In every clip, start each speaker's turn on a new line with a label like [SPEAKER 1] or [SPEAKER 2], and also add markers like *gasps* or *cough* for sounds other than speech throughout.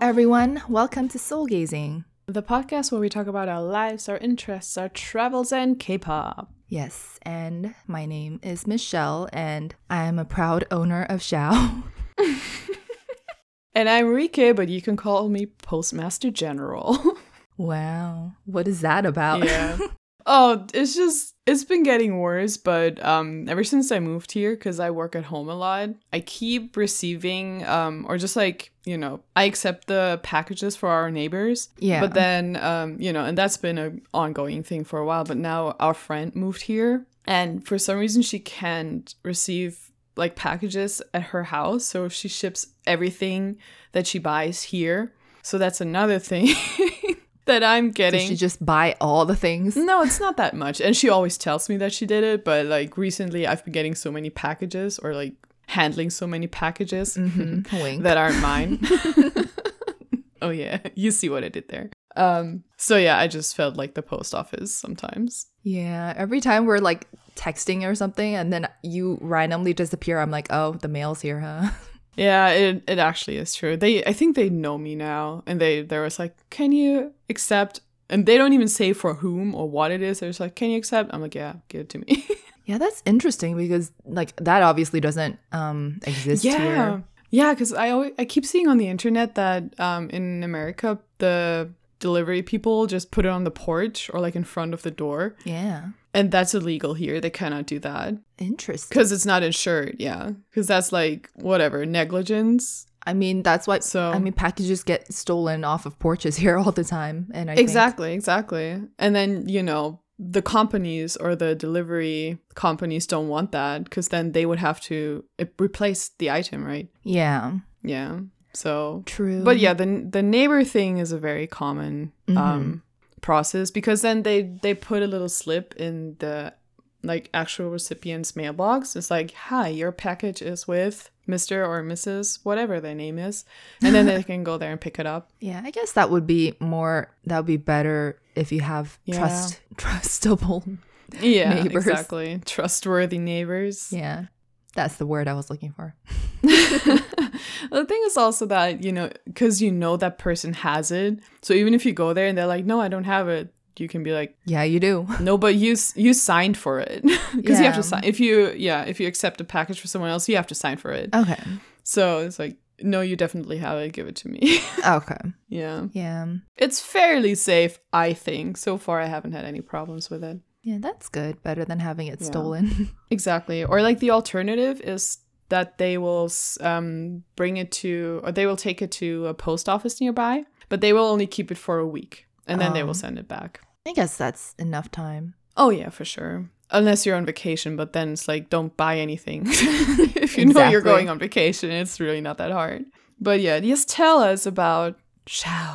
[SPEAKER 1] everyone. Welcome to Soul Gazing.
[SPEAKER 2] The podcast where we talk about our lives, our interests, our travels, and K pop.
[SPEAKER 1] Yes, and my name is Michelle, and I am a proud owner of Xiao. *laughs*
[SPEAKER 2] And I'm Rike, but you can call me Postmaster General. *laughs*
[SPEAKER 1] wow, what is that about?
[SPEAKER 2] yeah. Oh, it's just, it's been getting worse, but um, ever since I moved here, because I work at home a lot, I keep receiving, um, or just like, you know, I accept the packages for our neighbors,
[SPEAKER 1] yeah.
[SPEAKER 2] But then, um, you know, and that's been an ongoing thing for a while. But now our friend moved here, and for some reason, she can't receive like packages at her house. So she ships everything that she buys here. So that's another thing *laughs* that
[SPEAKER 1] *laughs*
[SPEAKER 2] I'm
[SPEAKER 1] Did
[SPEAKER 2] getting.
[SPEAKER 1] she just buy all the things?
[SPEAKER 2] No, it's not that much. And she always tells me that she did it, but like recently I've been getting so many packages or like handling so many packages
[SPEAKER 1] Mm-hmm. *laughs* Wink.
[SPEAKER 2] that aren't mine. oh yeah, you see what I did there. Um so yeah, I just felt like the post office sometimes.
[SPEAKER 1] yeah, every time we're like texting or something, and then you randomly disappear, I'm like, oh, the mail's here, huh? *laughs*
[SPEAKER 2] Yeah, it it actually is true. They I think they know me now and they they was like, "Can you accept?" And they don't even say for whom or what it is. They're just like, "Can you accept?" I'm like, "Yeah, give it to me." *laughs*
[SPEAKER 1] Yeah, that's interesting because like that obviously doesn't um exist here.
[SPEAKER 2] Yeah, because I always, I keep seeing on the internet that um, in America the delivery people just put it on the porch or like in front of the door,
[SPEAKER 1] Yeah.
[SPEAKER 2] and that's illegal here. They cannot do that
[SPEAKER 1] Interesting.
[SPEAKER 2] because it's not insured. Yeah, because that's like whatever negligence.
[SPEAKER 1] I mean, that's why
[SPEAKER 2] So
[SPEAKER 1] I mean, packages get stolen off of porches *laughs* here all the time, and I think-
[SPEAKER 2] exactly, exactly. And then you know the companies or the delivery companies don't want that because then they would have to uh, replace the item, right?
[SPEAKER 1] yeah,
[SPEAKER 2] Yeah. So
[SPEAKER 1] true.
[SPEAKER 2] But yeah, the the neighbor thing is a very common
[SPEAKER 1] Mm-hmm.
[SPEAKER 2] um, process because then they they put a little slip in the like actual recipient's mailbox. It's like, "Hi, your package is with Mister or Mrs. whatever their name is," and then they can go there and pick it up.
[SPEAKER 1] yeah, I guess that would be more. That would be better if you have
[SPEAKER 2] Yeah.
[SPEAKER 1] trust, *laughs* trustable. *laughs*
[SPEAKER 2] Yeah,
[SPEAKER 1] Neighbors.
[SPEAKER 2] exactly. Trustworthy neighbors.
[SPEAKER 1] Yeah, that's the word I was looking for.
[SPEAKER 2] *laughs* the thing is also that you know because you know that person has it, so even if you go there and they're like, "No, I don't have it," you can be like.
[SPEAKER 1] Yeah, you do.
[SPEAKER 2] No, but you s- you signed for it *laughs* because you have
[SPEAKER 1] Yeah.
[SPEAKER 2] to sign. If you yeah, if you accept a package for someone else, you have to sign for it.
[SPEAKER 1] *laughs* Okay.
[SPEAKER 2] So it's like no, you definitely have it. Give it to me. *laughs*
[SPEAKER 1] Okay.
[SPEAKER 2] yeah,
[SPEAKER 1] Yeah.
[SPEAKER 2] it's fairly safe, I think. So far, I haven't had any problems with it.
[SPEAKER 1] Yeah, that's good. Better than having it
[SPEAKER 2] Yeah.
[SPEAKER 1] stolen. *laughs*
[SPEAKER 2] Exactly. Or like the alternative is that they will s- um bring it to or they will take it to a post office nearby, but they will only keep it for a week and then they
[SPEAKER 1] Oh.
[SPEAKER 2] will send it back.
[SPEAKER 1] I guess that's enough *laughs* time.
[SPEAKER 2] Oh yeah, for sure. Unless you're on vacation, but then it's like don't buy anything. *laughs* if you know
[SPEAKER 1] Exactly.
[SPEAKER 2] you're going on vacation, it's really not that hard. But yeah, just tell us about Xiao.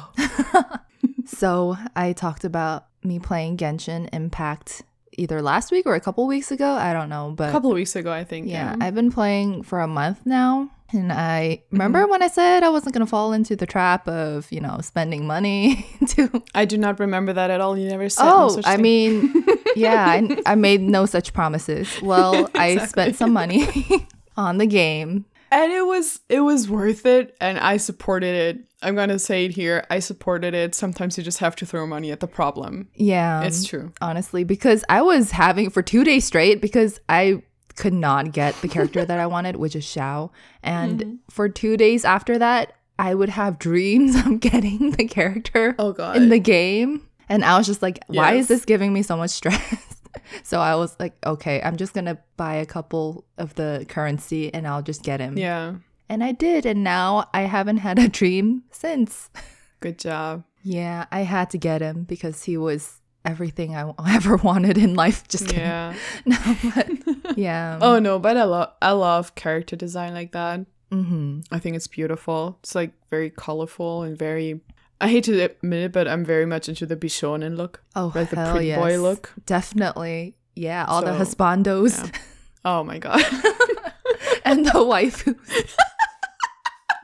[SPEAKER 1] So I talked about me playing Genshin Impact either last week or a couple weeks ago. I don't know,
[SPEAKER 2] A
[SPEAKER 1] but
[SPEAKER 2] couple of weeks ago, I think.
[SPEAKER 1] Yeah, I've been playing for a month now. And I remember when I said I wasn't going to fall into the trap of, you know, spending money *laughs* to.
[SPEAKER 2] I do not remember that at all. You never said. no
[SPEAKER 1] Oh,
[SPEAKER 2] such
[SPEAKER 1] I
[SPEAKER 2] thing.
[SPEAKER 1] mean, yeah, I, I made no such promises. Well, I spent some money *laughs* on the game.
[SPEAKER 2] and it was it was worth it, and I supported it. I'm gonna say it here. I supported it. Sometimes you just have to throw money at the problem.
[SPEAKER 1] Yeah.
[SPEAKER 2] it's true.
[SPEAKER 1] honestly, because I was having for two days straight because I could not get the character that I wanted, which is Xiao. And for two days after that, I would have dreams *laughs* of getting the character
[SPEAKER 2] Oh, God.
[SPEAKER 1] in the game. And I was just like, why is
[SPEAKER 2] Yes.
[SPEAKER 1] this giving me so much *laughs* stress? so I was like, okay, I'm just going to buy a couple of the currency and I'll just get him.
[SPEAKER 2] Yeah,
[SPEAKER 1] And I did. And now I haven't had a *laughs* dream since.
[SPEAKER 2] good
[SPEAKER 1] *laughs*
[SPEAKER 2] job.
[SPEAKER 1] Yeah, I had to get him because he was everything I *laughs* ever wanted in life. Just *laughs* kidding.
[SPEAKER 2] Yeah.
[SPEAKER 1] no,
[SPEAKER 2] *laughs*
[SPEAKER 1] but yeah.
[SPEAKER 2] Oh no, but I love I love character design like that.
[SPEAKER 1] hmm
[SPEAKER 2] I think it's beautiful. It's like very colorful and very. I hate to admit it, but I'm very much into the Bishonen look,
[SPEAKER 1] oh
[SPEAKER 2] like the
[SPEAKER 1] hell
[SPEAKER 2] pretty
[SPEAKER 1] yes.
[SPEAKER 2] boy look.
[SPEAKER 1] Definitely. Yeah, all the
[SPEAKER 2] So,
[SPEAKER 1] husbandos
[SPEAKER 2] yeah. Oh my god,
[SPEAKER 1] *laughs*
[SPEAKER 2] *laughs*
[SPEAKER 1] and the waifus. *laughs*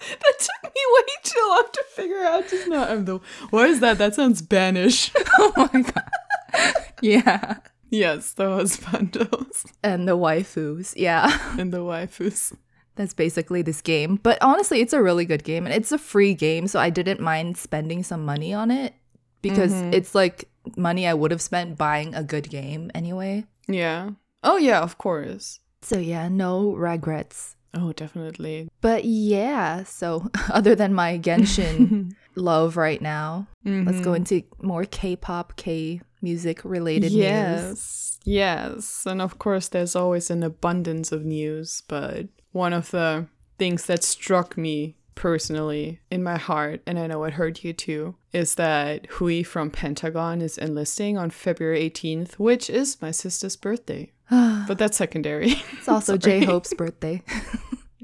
[SPEAKER 2] that took me way too long to figure out. Just now, I'm the. What is that? That sounds Spanish. *laughs*
[SPEAKER 1] Oh my god. yeah.
[SPEAKER 2] *laughs* yes, the husbandos
[SPEAKER 1] And the waifus. Yeah.
[SPEAKER 2] and the waifus.
[SPEAKER 1] That's basically this game. But honestly, it's a really good game and it's a free game, so I didn't mind spending some money on it because
[SPEAKER 2] Mhm.
[SPEAKER 1] it's like money I would have spent buying a good game anyway.
[SPEAKER 2] Yeah. Oh, yeah, of course.
[SPEAKER 1] So yeah, no regrets.
[SPEAKER 2] Oh, definitely.
[SPEAKER 1] But yeah, so *laughs* other than my Genshin love right now, let's go into more K-pop, K music related
[SPEAKER 2] *laughs*
[SPEAKER 1] news.
[SPEAKER 2] yes yes and of course there's always an abundance of news but one of the things that struck me personally in my heart and i know it hurt you too is that hui from pentagon is enlisting on february 18th which is my sister's *gasps* birthday but that's secondary
[SPEAKER 1] It's also J Hope's birthday, *laughs*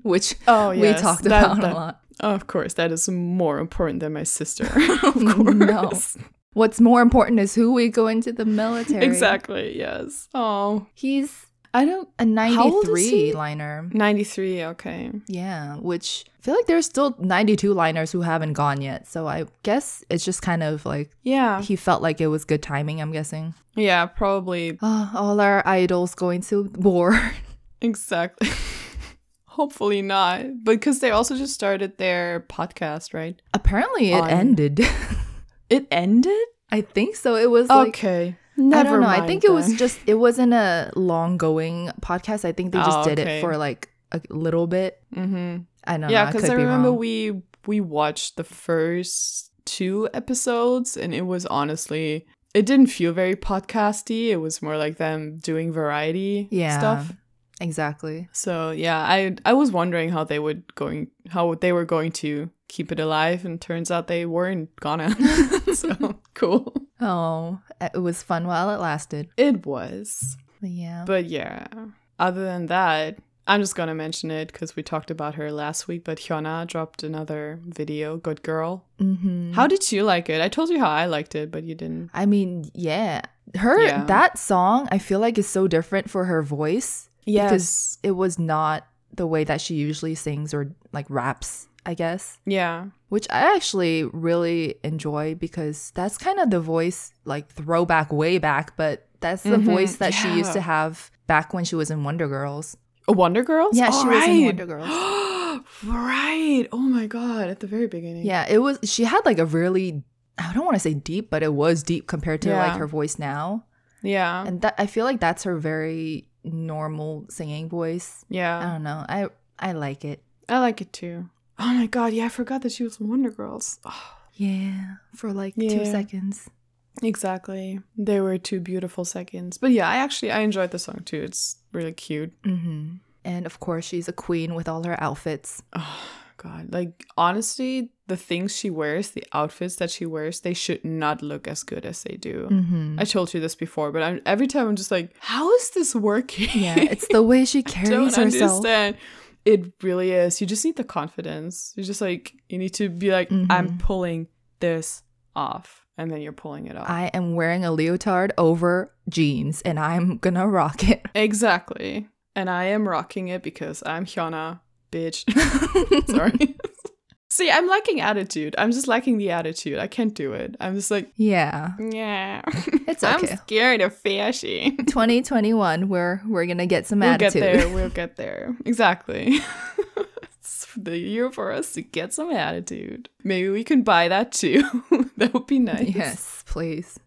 [SPEAKER 1] which
[SPEAKER 2] *laughs* oh
[SPEAKER 1] we talked about a lot.
[SPEAKER 2] of course that is more important than my *laughs* sister of course
[SPEAKER 1] No. What's more important is who we go into the military.
[SPEAKER 2] exactly yes oh
[SPEAKER 1] He's
[SPEAKER 2] i don't
[SPEAKER 1] a
[SPEAKER 2] old is
[SPEAKER 1] 93
[SPEAKER 2] he?
[SPEAKER 1] liner.
[SPEAKER 2] 93 okay
[SPEAKER 1] Yeah, which I feel like there's still 92 liners who haven't gone yet. So I guess it's just kind of like
[SPEAKER 2] yeah
[SPEAKER 1] he felt like it was good timing, I'm guessing.
[SPEAKER 2] Yeah, probably.
[SPEAKER 1] Ah, all our idols going to war. *laughs*
[SPEAKER 2] Exactly. *laughs* Hopefully not. Because they also just started their podcast, right?
[SPEAKER 1] Apparently it
[SPEAKER 2] On-
[SPEAKER 1] ended. *laughs*
[SPEAKER 2] It ended?
[SPEAKER 1] I think so. It was like
[SPEAKER 2] okay. Never
[SPEAKER 1] I don't know.
[SPEAKER 2] mind.
[SPEAKER 1] I think it was
[SPEAKER 2] then.
[SPEAKER 1] just it wasn't a long going podcast. I think they just
[SPEAKER 2] Oh,
[SPEAKER 1] did it
[SPEAKER 2] okay.
[SPEAKER 1] for like a little bit.
[SPEAKER 2] Mhm.
[SPEAKER 1] I don't
[SPEAKER 2] Yeah,
[SPEAKER 1] know.
[SPEAKER 2] because
[SPEAKER 1] could
[SPEAKER 2] I
[SPEAKER 1] be
[SPEAKER 2] remember
[SPEAKER 1] wrong.
[SPEAKER 2] we we watched the first two episodes and it was honestly it didn't feel very podcasty. It was more like them doing variety
[SPEAKER 1] Yeah.
[SPEAKER 2] stuff.
[SPEAKER 1] exactly.
[SPEAKER 2] So yeah, I I was wondering how they would going how they were going to keep it alive, and turns out they weren't gonna. *laughs*
[SPEAKER 1] *laughs*
[SPEAKER 2] so cool.
[SPEAKER 1] Oh, it was fun while it lasted.
[SPEAKER 2] It was,
[SPEAKER 1] But yeah.
[SPEAKER 2] but yeah. Other than that, I'm just gonna mention it because we talked about her last week. But Hyuna dropped another video. Good girl.
[SPEAKER 1] Mhm.
[SPEAKER 2] How did you like it? I told you how I liked it, but you didn't.
[SPEAKER 1] I mean, yeah. Her
[SPEAKER 2] Yeah.
[SPEAKER 1] that song I feel like is so different for her voice. Because it was not the way that she usually sings or like raps, I guess.
[SPEAKER 2] yeah.
[SPEAKER 1] Which I actually really enjoy because that's kind of the voice like throwback way back, but that's the
[SPEAKER 2] Mhm.
[SPEAKER 1] voice that she used
[SPEAKER 2] Yeah.
[SPEAKER 1] to have back when she was in Wonder Girls.
[SPEAKER 2] Oh, Wonder Girls.
[SPEAKER 1] Yeah, she was in
[SPEAKER 2] Alright.
[SPEAKER 1] Wonder Girls.
[SPEAKER 2] *gasps* right. Oh my god! At the very beginning.
[SPEAKER 1] Yeah, it was she had like a really I don't want to say deep, but it was deep compared to like
[SPEAKER 2] Yeah. Um,
[SPEAKER 1] her voice now.
[SPEAKER 2] Yeah.
[SPEAKER 1] And that I feel like that's her very normal singing voice.
[SPEAKER 2] yeah.
[SPEAKER 1] I don't know. I I like it.
[SPEAKER 2] I like it too. Oh my god, yeah, I forgot that she was in Wonder Girls. Oh,
[SPEAKER 1] Yeah, for like two
[SPEAKER 2] Yeah.
[SPEAKER 1] seconds.
[SPEAKER 2] exactly. They were two beautiful seconds. But yeah, I actually I enjoyed the song too. It's really cute.
[SPEAKER 1] hmm And of course, she's a queen with all her outfits.
[SPEAKER 2] Oh god. Like honestly, the things she wears, the outfits that she wears, they should not look as good as they do.
[SPEAKER 1] Mm-hmm.
[SPEAKER 2] I told you this before, but I'm, every time I'm just like, how is this working?
[SPEAKER 1] *laughs* *laughs*
[SPEAKER 2] *laughs*
[SPEAKER 1] Yeah, it's the way she carries
[SPEAKER 2] don't
[SPEAKER 1] herself.
[SPEAKER 2] understand. It really is. You just need the confidence. You just like you need to be like, I'm
[SPEAKER 1] Mhm.
[SPEAKER 2] pulling this off, and then you're pulling it off.
[SPEAKER 1] I am wearing a leotard over jeans, and I'm gonna rock *laughs* it.
[SPEAKER 2] Exactly. And I am rocking it because I'm Hyuna, bitch. *laughs* Sorry. *laughs* See, I'm lacking attitude. I'm just lacking the attitude. I can't do it. I'm just like,
[SPEAKER 1] yeah,
[SPEAKER 2] yeah.
[SPEAKER 1] it's
[SPEAKER 2] *laughs* I'm
[SPEAKER 1] okay.
[SPEAKER 2] scared of fashion.
[SPEAKER 1] 2021, we're we're gonna get some
[SPEAKER 2] We'll get
[SPEAKER 1] attitude. *laughs*
[SPEAKER 2] there. We'll get there. Exactly. *laughs* it's the year for us to get some attitude. Maybe we can buy that too. *laughs* that would be
[SPEAKER 1] *laughs*
[SPEAKER 2] nice.
[SPEAKER 1] Yes, please.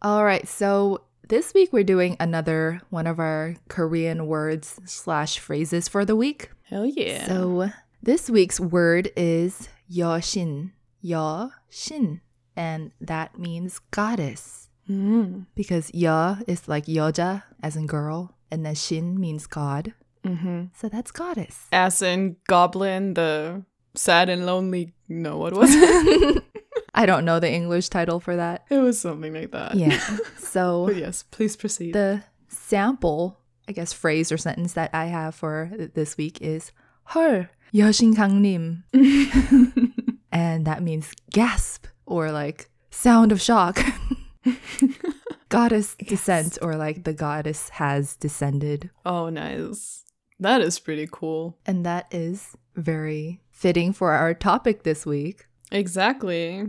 [SPEAKER 1] All right. So this week we're doing another one of our Korean words slash phrases for the week.
[SPEAKER 2] Hell yeah.
[SPEAKER 1] So this week's word is 여신, 여신, and that means goddess
[SPEAKER 2] Mm.
[SPEAKER 1] because 여 is like 여자 as in girl, and then shin means god,
[SPEAKER 2] hmm
[SPEAKER 1] so that's
[SPEAKER 2] *laughs*
[SPEAKER 1] goddess.
[SPEAKER 2] As in Goblin, the sad and lonely. No, what was it?
[SPEAKER 1] I don't know the English title for that.
[SPEAKER 2] *laughs* It was something like that.
[SPEAKER 1] Yeah. So
[SPEAKER 2] *laughs* But yes, please proceed.
[SPEAKER 1] the sample, I guess, phrase or sentence that I have for th- this week is 헐 여신 강림, and that means gasp or like sound of *laughs* shock. goddess descent or like the goddess has descended,
[SPEAKER 2] *laughs* oh, nice. That is pretty cool.
[SPEAKER 1] and that is very fitting for our topic this *laughs* week.
[SPEAKER 2] Exactly.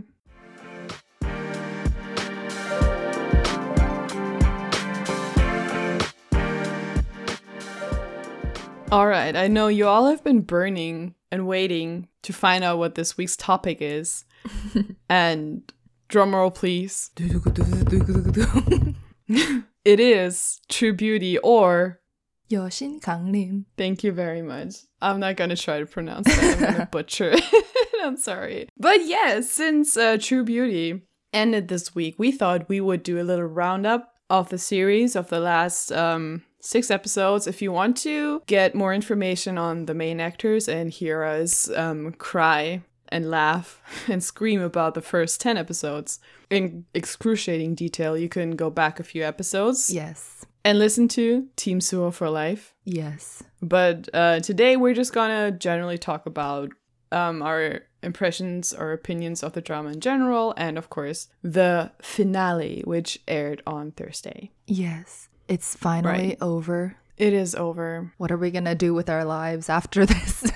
[SPEAKER 2] All right, I know you all have been burning and waiting to find out what this week's topic is. and drumroll, please. It is True Beauty or
[SPEAKER 1] 여신 강림.
[SPEAKER 2] Thank you very much. I'm not going to try to pronounce that. I'm going to butcher it. *laughs* I'm sorry. But yeah, since uh, True Beauty ended this week, we thought we would do a little roundup of the series of the last um, six episodes. If you want to get more information on the main actors and hear us um, cry and laugh *laughs* and scream about the first 10 episodes in excruciating detail, you can go back a few episodes
[SPEAKER 1] Yes.
[SPEAKER 2] and listen to Team Suho for Life.
[SPEAKER 1] Yes.
[SPEAKER 2] But uh, today we're just gonna generally talk about um, our impressions or opinions of the drama in general, and of course the finale, which aired on Thursday.
[SPEAKER 1] Yes. It's finally
[SPEAKER 2] Right.
[SPEAKER 1] over.
[SPEAKER 2] It is over. *laughs*
[SPEAKER 1] What are we going to do with our lives after this?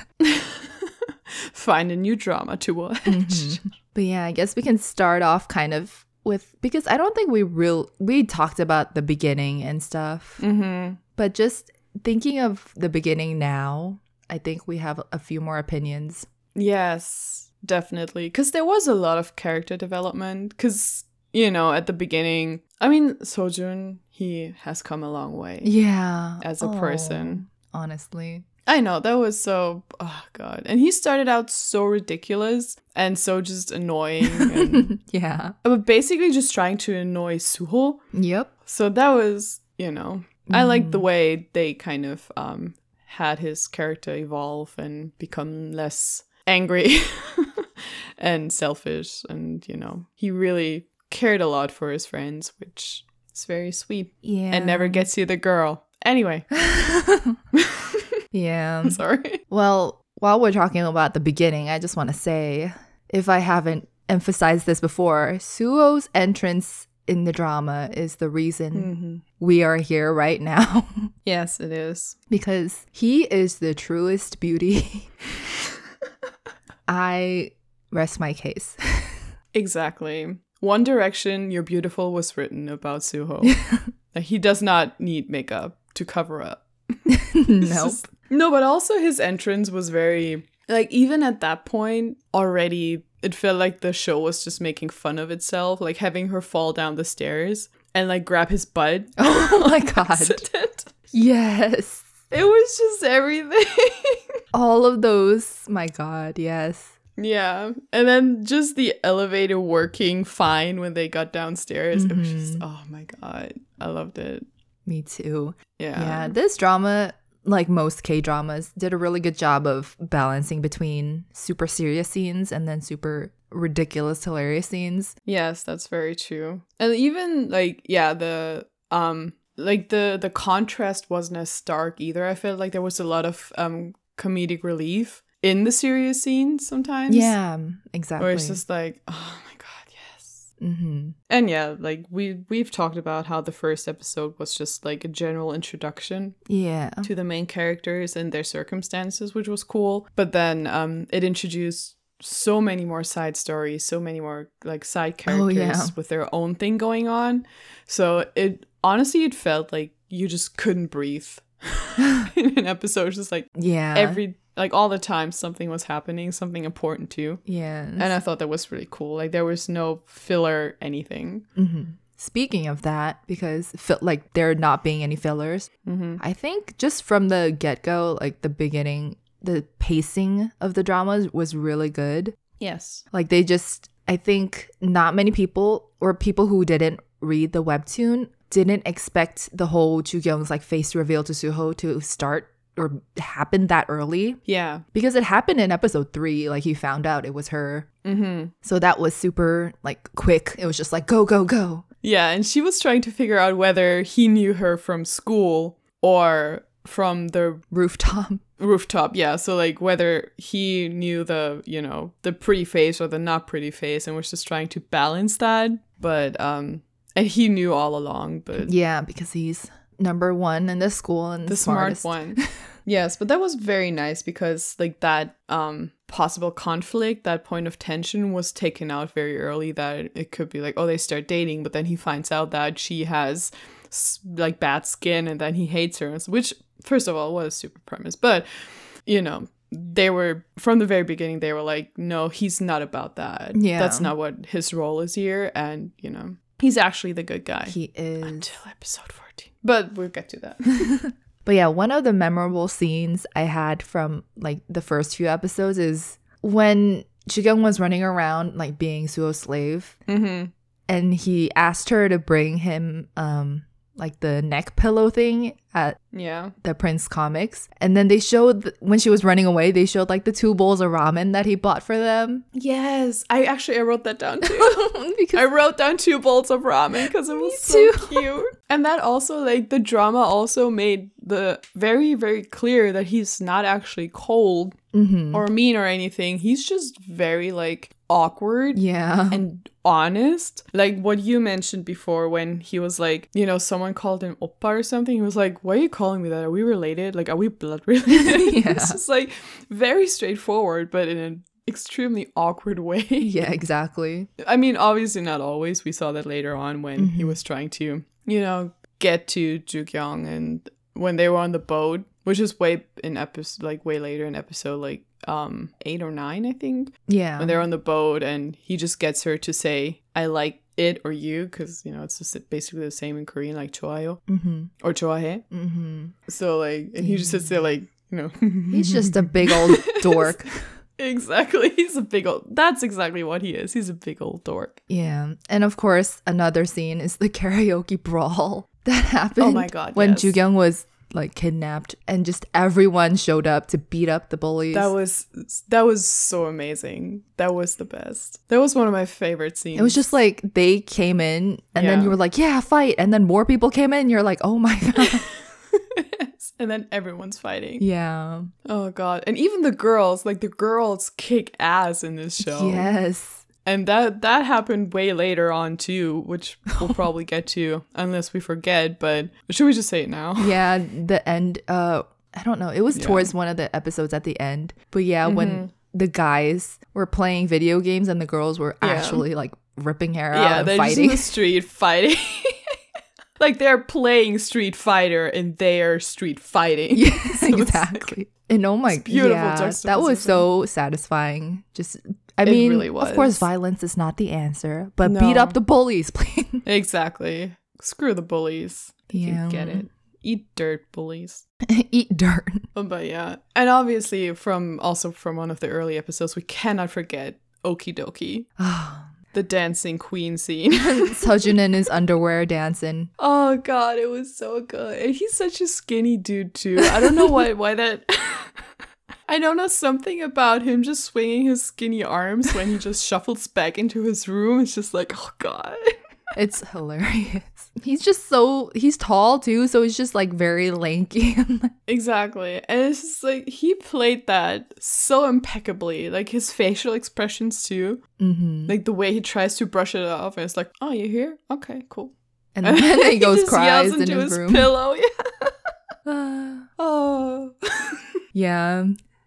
[SPEAKER 2] Find a new drama to watch.
[SPEAKER 1] *laughs*
[SPEAKER 2] *laughs*
[SPEAKER 1] But yeah, I guess we can start off kind of with because I don't think we real we talked about the beginning and stuff.
[SPEAKER 2] hmm
[SPEAKER 1] But just thinking of the beginning now, I think we have a few more opinions.
[SPEAKER 2] Yes, definitely. Because there was a lot of character development. Because you know, at the beginning, I mean, Sojun he has come a long way
[SPEAKER 1] Yeah.
[SPEAKER 2] as a
[SPEAKER 1] Oh,
[SPEAKER 2] person.
[SPEAKER 1] Honestly.
[SPEAKER 2] I know that was so oh god. And he started out so ridiculous and so just annoying *laughs*
[SPEAKER 1] *laughs*
[SPEAKER 2] and uh,
[SPEAKER 1] yeah.
[SPEAKER 2] but basically just trying to annoy Suho.
[SPEAKER 1] Yep.
[SPEAKER 2] So that was, you know, I like the
[SPEAKER 1] Mhm.
[SPEAKER 2] way they kind of um had his character evolve and become less angry *laughs* and selfish and you know, he really cared a lot for his friends, which is very sweet.
[SPEAKER 1] Mm-hmm. Yeah.
[SPEAKER 2] And never gets you the girl. Anyway,
[SPEAKER 1] *laughs*
[SPEAKER 2] *laughs*
[SPEAKER 1] yeah.
[SPEAKER 2] I'm sorry.
[SPEAKER 1] Well, while we're talking about the beginning, I just want to say if I haven't emphasized this before, Suo's entrance in the drama is the reason
[SPEAKER 2] Mm-hmm.
[SPEAKER 1] we are here right now
[SPEAKER 2] Yes, it is.
[SPEAKER 1] because he is the truest beauty. *laughs* I rest my case. *laughs*
[SPEAKER 2] Exactly. One Direction, You're Beautiful was written
[SPEAKER 1] *laughs*
[SPEAKER 2] about Suho. Like, he does not need makeup to cover up. It's
[SPEAKER 1] nope.
[SPEAKER 2] just- no, but also his entrance was very, like, even at that point, already it felt like the show was just making fun of itself, like having her fall down the stairs and, like, grab his butt.
[SPEAKER 1] *laughs*
[SPEAKER 2] *laughs*
[SPEAKER 1] Oh my god.
[SPEAKER 2] Accident.
[SPEAKER 1] Yes.
[SPEAKER 2] It was just everything. *laughs*
[SPEAKER 1] All of those. My god, yes.
[SPEAKER 2] Yeah. And then just the elevator working fine when they got downstairs. It was just,
[SPEAKER 1] Mhm.
[SPEAKER 2] oh my God. I loved it.
[SPEAKER 1] Me too.
[SPEAKER 2] Yeah.
[SPEAKER 1] Yeah, this drama, like most K dramas, did a really good job of balancing between super serious scenes and then super ridiculous, hilarious scenes.
[SPEAKER 2] Yes, that's very true. And even like, yeah, the, um, like the the contrast wasn't as stark either. I felt like there was a lot of um comedic relief in the serious scenes sometimes.
[SPEAKER 1] Yeah, exactly.
[SPEAKER 2] Where it's just like, oh my god, yes.
[SPEAKER 1] hmm
[SPEAKER 2] And yeah, like we we've talked about how the first episode was just like a general introduction
[SPEAKER 1] Yeah.
[SPEAKER 2] to the main characters and their circumstances, which was cool. But then um, it introduced so many more side stories, so many more like side
[SPEAKER 1] Oh,
[SPEAKER 2] characters
[SPEAKER 1] yeah.
[SPEAKER 2] with their own thing going on. So it honestly, it felt like you just couldn't breathe *laughs* in an episode. It's Just like
[SPEAKER 1] Yeah.
[SPEAKER 2] every like all the time, something was happening, something important too.
[SPEAKER 1] Yes.
[SPEAKER 2] And I thought that was really cool. Like there was no filler, anything.
[SPEAKER 1] Mhm. Speaking of that, because fil- like there not being any fillers,
[SPEAKER 2] Mm-hmm.
[SPEAKER 1] I think just from the get go, like the beginning, the pacing of the dramas was really good.
[SPEAKER 2] Yes.
[SPEAKER 1] Like they just, I think not many people or people who didn't read the webtoon didn't expect the whole Chugyong's like face reveal to Suho to start or happen that early
[SPEAKER 2] Yeah.
[SPEAKER 1] because it happened in episode three. Like he found out it was her.
[SPEAKER 2] Mm-hmm.
[SPEAKER 1] So that was super like quick. It was just like go go go.
[SPEAKER 2] Yeah, and she was trying to figure out whether he knew her from school or from the
[SPEAKER 1] Rooftop.
[SPEAKER 2] rooftop. Yeah, so like whether he knew the, you know, the pretty face or the not pretty face and was just trying to balance that. But um and he knew all along, but
[SPEAKER 1] Yeah, because he's number one in this school and
[SPEAKER 2] the
[SPEAKER 1] smartest.
[SPEAKER 2] smart one. *laughs* yes, but that was very nice because like that um possible conflict, that point of tension was taken out very early that it could be like oh they start dating but then he finds out that she has s- like bad skin and then he hates her which first of all, what a stupid premise. But, you know, they were from the very beginning, they were like, no, he's not about that.
[SPEAKER 1] Yeah.
[SPEAKER 2] That's not what his role is here. And, you know, he's actually the good guy
[SPEAKER 1] He is.
[SPEAKER 2] until episode 14. But we'll get *laughs* to that.
[SPEAKER 1] But yeah, one of the memorable scenes I had from like the first few episodes is when Shigeung was running around like being Suo's slave
[SPEAKER 2] hmm
[SPEAKER 1] and he asked her to bring him um like the neck pillow thing at
[SPEAKER 2] Yeah.
[SPEAKER 1] the Prince comics. And then they showed th- when she was running away, they showed like the two bowls of ramen that he bought for
[SPEAKER 2] *laughs*
[SPEAKER 1] them. *laughs*
[SPEAKER 2] Yes. I actually I wrote that down too. I
[SPEAKER 1] because
[SPEAKER 2] wrote down two bowls of ramen because it was
[SPEAKER 1] too.
[SPEAKER 2] so cute. And that also, like, the drama also made the very, very clear that he's not actually cold
[SPEAKER 1] Mhm.
[SPEAKER 2] or mean or anything. He's just very, like, awkward
[SPEAKER 1] yeah.
[SPEAKER 2] and honest. Like what you mentioned before when he was like, you know, someone called him Oppa or something. He was like, Why are you calling me that? Are we related? Like, are we
[SPEAKER 1] *laughs*
[SPEAKER 2] blood related? *laughs*
[SPEAKER 1] Yeah.
[SPEAKER 2] It's just like very straightforward, but in an extremely awkward way.
[SPEAKER 1] *laughs* Yeah, exactly.
[SPEAKER 2] *laughs* I mean, obviously not always. We saw that later on when
[SPEAKER 1] Mm-hmm.
[SPEAKER 2] he was trying to, you know, get to Jukyong and when they were on the boat, which is way in episode like way later in episode like um 8 or 9, I think.
[SPEAKER 1] Yeah.
[SPEAKER 2] When they're on the boat and he just gets her to say I like it or you cuz you know, it's just basically the same in Korean like choayo
[SPEAKER 1] mm-hmm.
[SPEAKER 2] or choahe.
[SPEAKER 1] Mm-hmm.
[SPEAKER 2] So like and he just sits there like, you know,
[SPEAKER 1] *laughs* He's just a big old dork.
[SPEAKER 2] *laughs* Exactly. He's a big old That's exactly what he is. He's a big old dork.
[SPEAKER 1] Yeah. And of course, another scene is the *laughs* karaoke brawl that happened.
[SPEAKER 2] Oh my God,
[SPEAKER 1] When
[SPEAKER 2] yes.
[SPEAKER 1] Jugyung was like kidnapped and just everyone showed up to beat up the bullies.
[SPEAKER 2] That was that was so amazing. That was the best. That was one of my favorite scenes.
[SPEAKER 1] it
[SPEAKER 2] *laughs*
[SPEAKER 1] was just like they came in and then
[SPEAKER 2] Yeah.
[SPEAKER 1] you were like, yeah, fight. And then more people came in. You're like, oh my *laughs* God.
[SPEAKER 2] and then everyone's fighting.
[SPEAKER 1] yeah.
[SPEAKER 2] Oh god. And even the girls, like the girls kick ass in this show.
[SPEAKER 1] Yes.
[SPEAKER 2] And that that happened way later on too, which
[SPEAKER 1] *laughs*
[SPEAKER 2] we'll probably get to unless we forget, but should we just say it now?
[SPEAKER 1] Yeah. The end. Uh, I don't know. It was
[SPEAKER 2] Yeah.
[SPEAKER 1] towards one of the episodes at the end. But yeah,
[SPEAKER 2] Mm-hmm.
[SPEAKER 1] when the guys were playing video games and the girls were
[SPEAKER 2] Yeah.
[SPEAKER 1] actually like ripping hair out
[SPEAKER 2] *laughs* Yeah,
[SPEAKER 1] and
[SPEAKER 2] they're just in
[SPEAKER 1] fighting. *laughs*
[SPEAKER 2] the street fighting. *laughs* like they're playing Street Fighter and they're street fighting.
[SPEAKER 1] Yes,
[SPEAKER 2] So it's like-
[SPEAKER 1] exactly. And oh my,
[SPEAKER 2] beautiful
[SPEAKER 1] yeah, that was so satisfying. Just, I
[SPEAKER 2] It
[SPEAKER 1] mean,
[SPEAKER 2] really
[SPEAKER 1] of course,
[SPEAKER 2] was.
[SPEAKER 1] violence is not the answer, but
[SPEAKER 2] No.
[SPEAKER 1] beat up the bullies, *laughs* please.
[SPEAKER 2] Exactly. Screw the bullies.
[SPEAKER 1] Yeah.
[SPEAKER 2] You get it. Eat dirt, bullies.
[SPEAKER 1] Eat dirt. *sighs*
[SPEAKER 2] Oh, But yeah. And obviously from also from one of the early episodes, we cannot forget Okie Dokie, the dancing queen scene. *laughs*
[SPEAKER 1] *laughs* Sujin in his underwear dancing.
[SPEAKER 2] oh god, it was so good. And he's such a skinny dude too. I don't know *laughs* why why that I don't know something about him just swinging his skinny arms when he just shuffles back into his room. It's just like, oh god.
[SPEAKER 1] It's hilarious. *laughs* He's just so he's tall too, so he's just like very lanky. *laughs*
[SPEAKER 2] Exactly. And it's just like he played that so impeccably. Like his facial expressions too.
[SPEAKER 1] hmm
[SPEAKER 2] Like the way he tries to brush it off and it's like, Oh, you're here? Okay, *laughs* cool.
[SPEAKER 1] And then he goes
[SPEAKER 2] just
[SPEAKER 1] cries in
[SPEAKER 2] into
[SPEAKER 1] his room.
[SPEAKER 2] pillow. *laughs* Yeah.
[SPEAKER 1] *sighs* Ah.
[SPEAKER 2] Oh. *laughs*
[SPEAKER 1] yeah,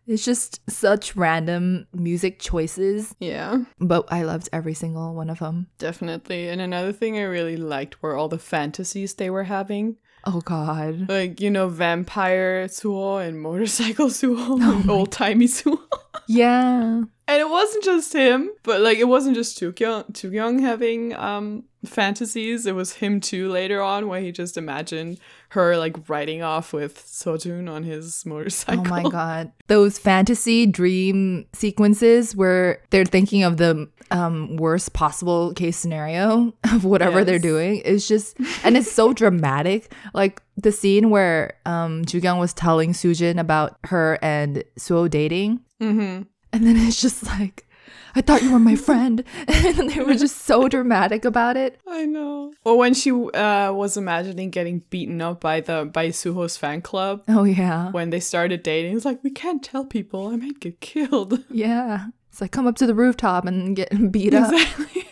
[SPEAKER 1] it's just such random music choices,
[SPEAKER 2] yeah,
[SPEAKER 1] but I loved every single one of them.
[SPEAKER 2] definitely. And another thing I really liked were all the fantasies they were having.
[SPEAKER 1] Oh God.
[SPEAKER 2] *laughs* Like, you know, vampire suho and motorcycle *laughs* suho
[SPEAKER 1] Oh
[SPEAKER 2] and old timey suho.
[SPEAKER 1] Yeah.
[SPEAKER 2] *laughs* And it wasn't just him, but like it wasn't just Tukyung Tukyung having um fantasies. It was him too later on where he just imagined her like riding off with Sojun on his *laughs* motorcycle.
[SPEAKER 1] Oh my god. Those fantasy dream sequences where they're thinking of the um, worst possible case scenario *laughs* of whatever they're
[SPEAKER 2] Yes.
[SPEAKER 1] doing is just and it's so dramatic. Like the scene where um Jugyung was telling Sujin about her and Suo dating
[SPEAKER 2] Mm-hmm.
[SPEAKER 1] and then it's just like I thought you were my friend *laughs* and they were just so dramatic about it.
[SPEAKER 2] I know. Or when she uh, was imagining getting beaten up by the by Suho's fan club
[SPEAKER 1] Oh yeah.
[SPEAKER 2] when they started dating, it's like we can't tell people. I might get killed. *laughs*
[SPEAKER 1] Yeah. It's like come up to the rooftop and get beat up.
[SPEAKER 2] Exactly. *laughs*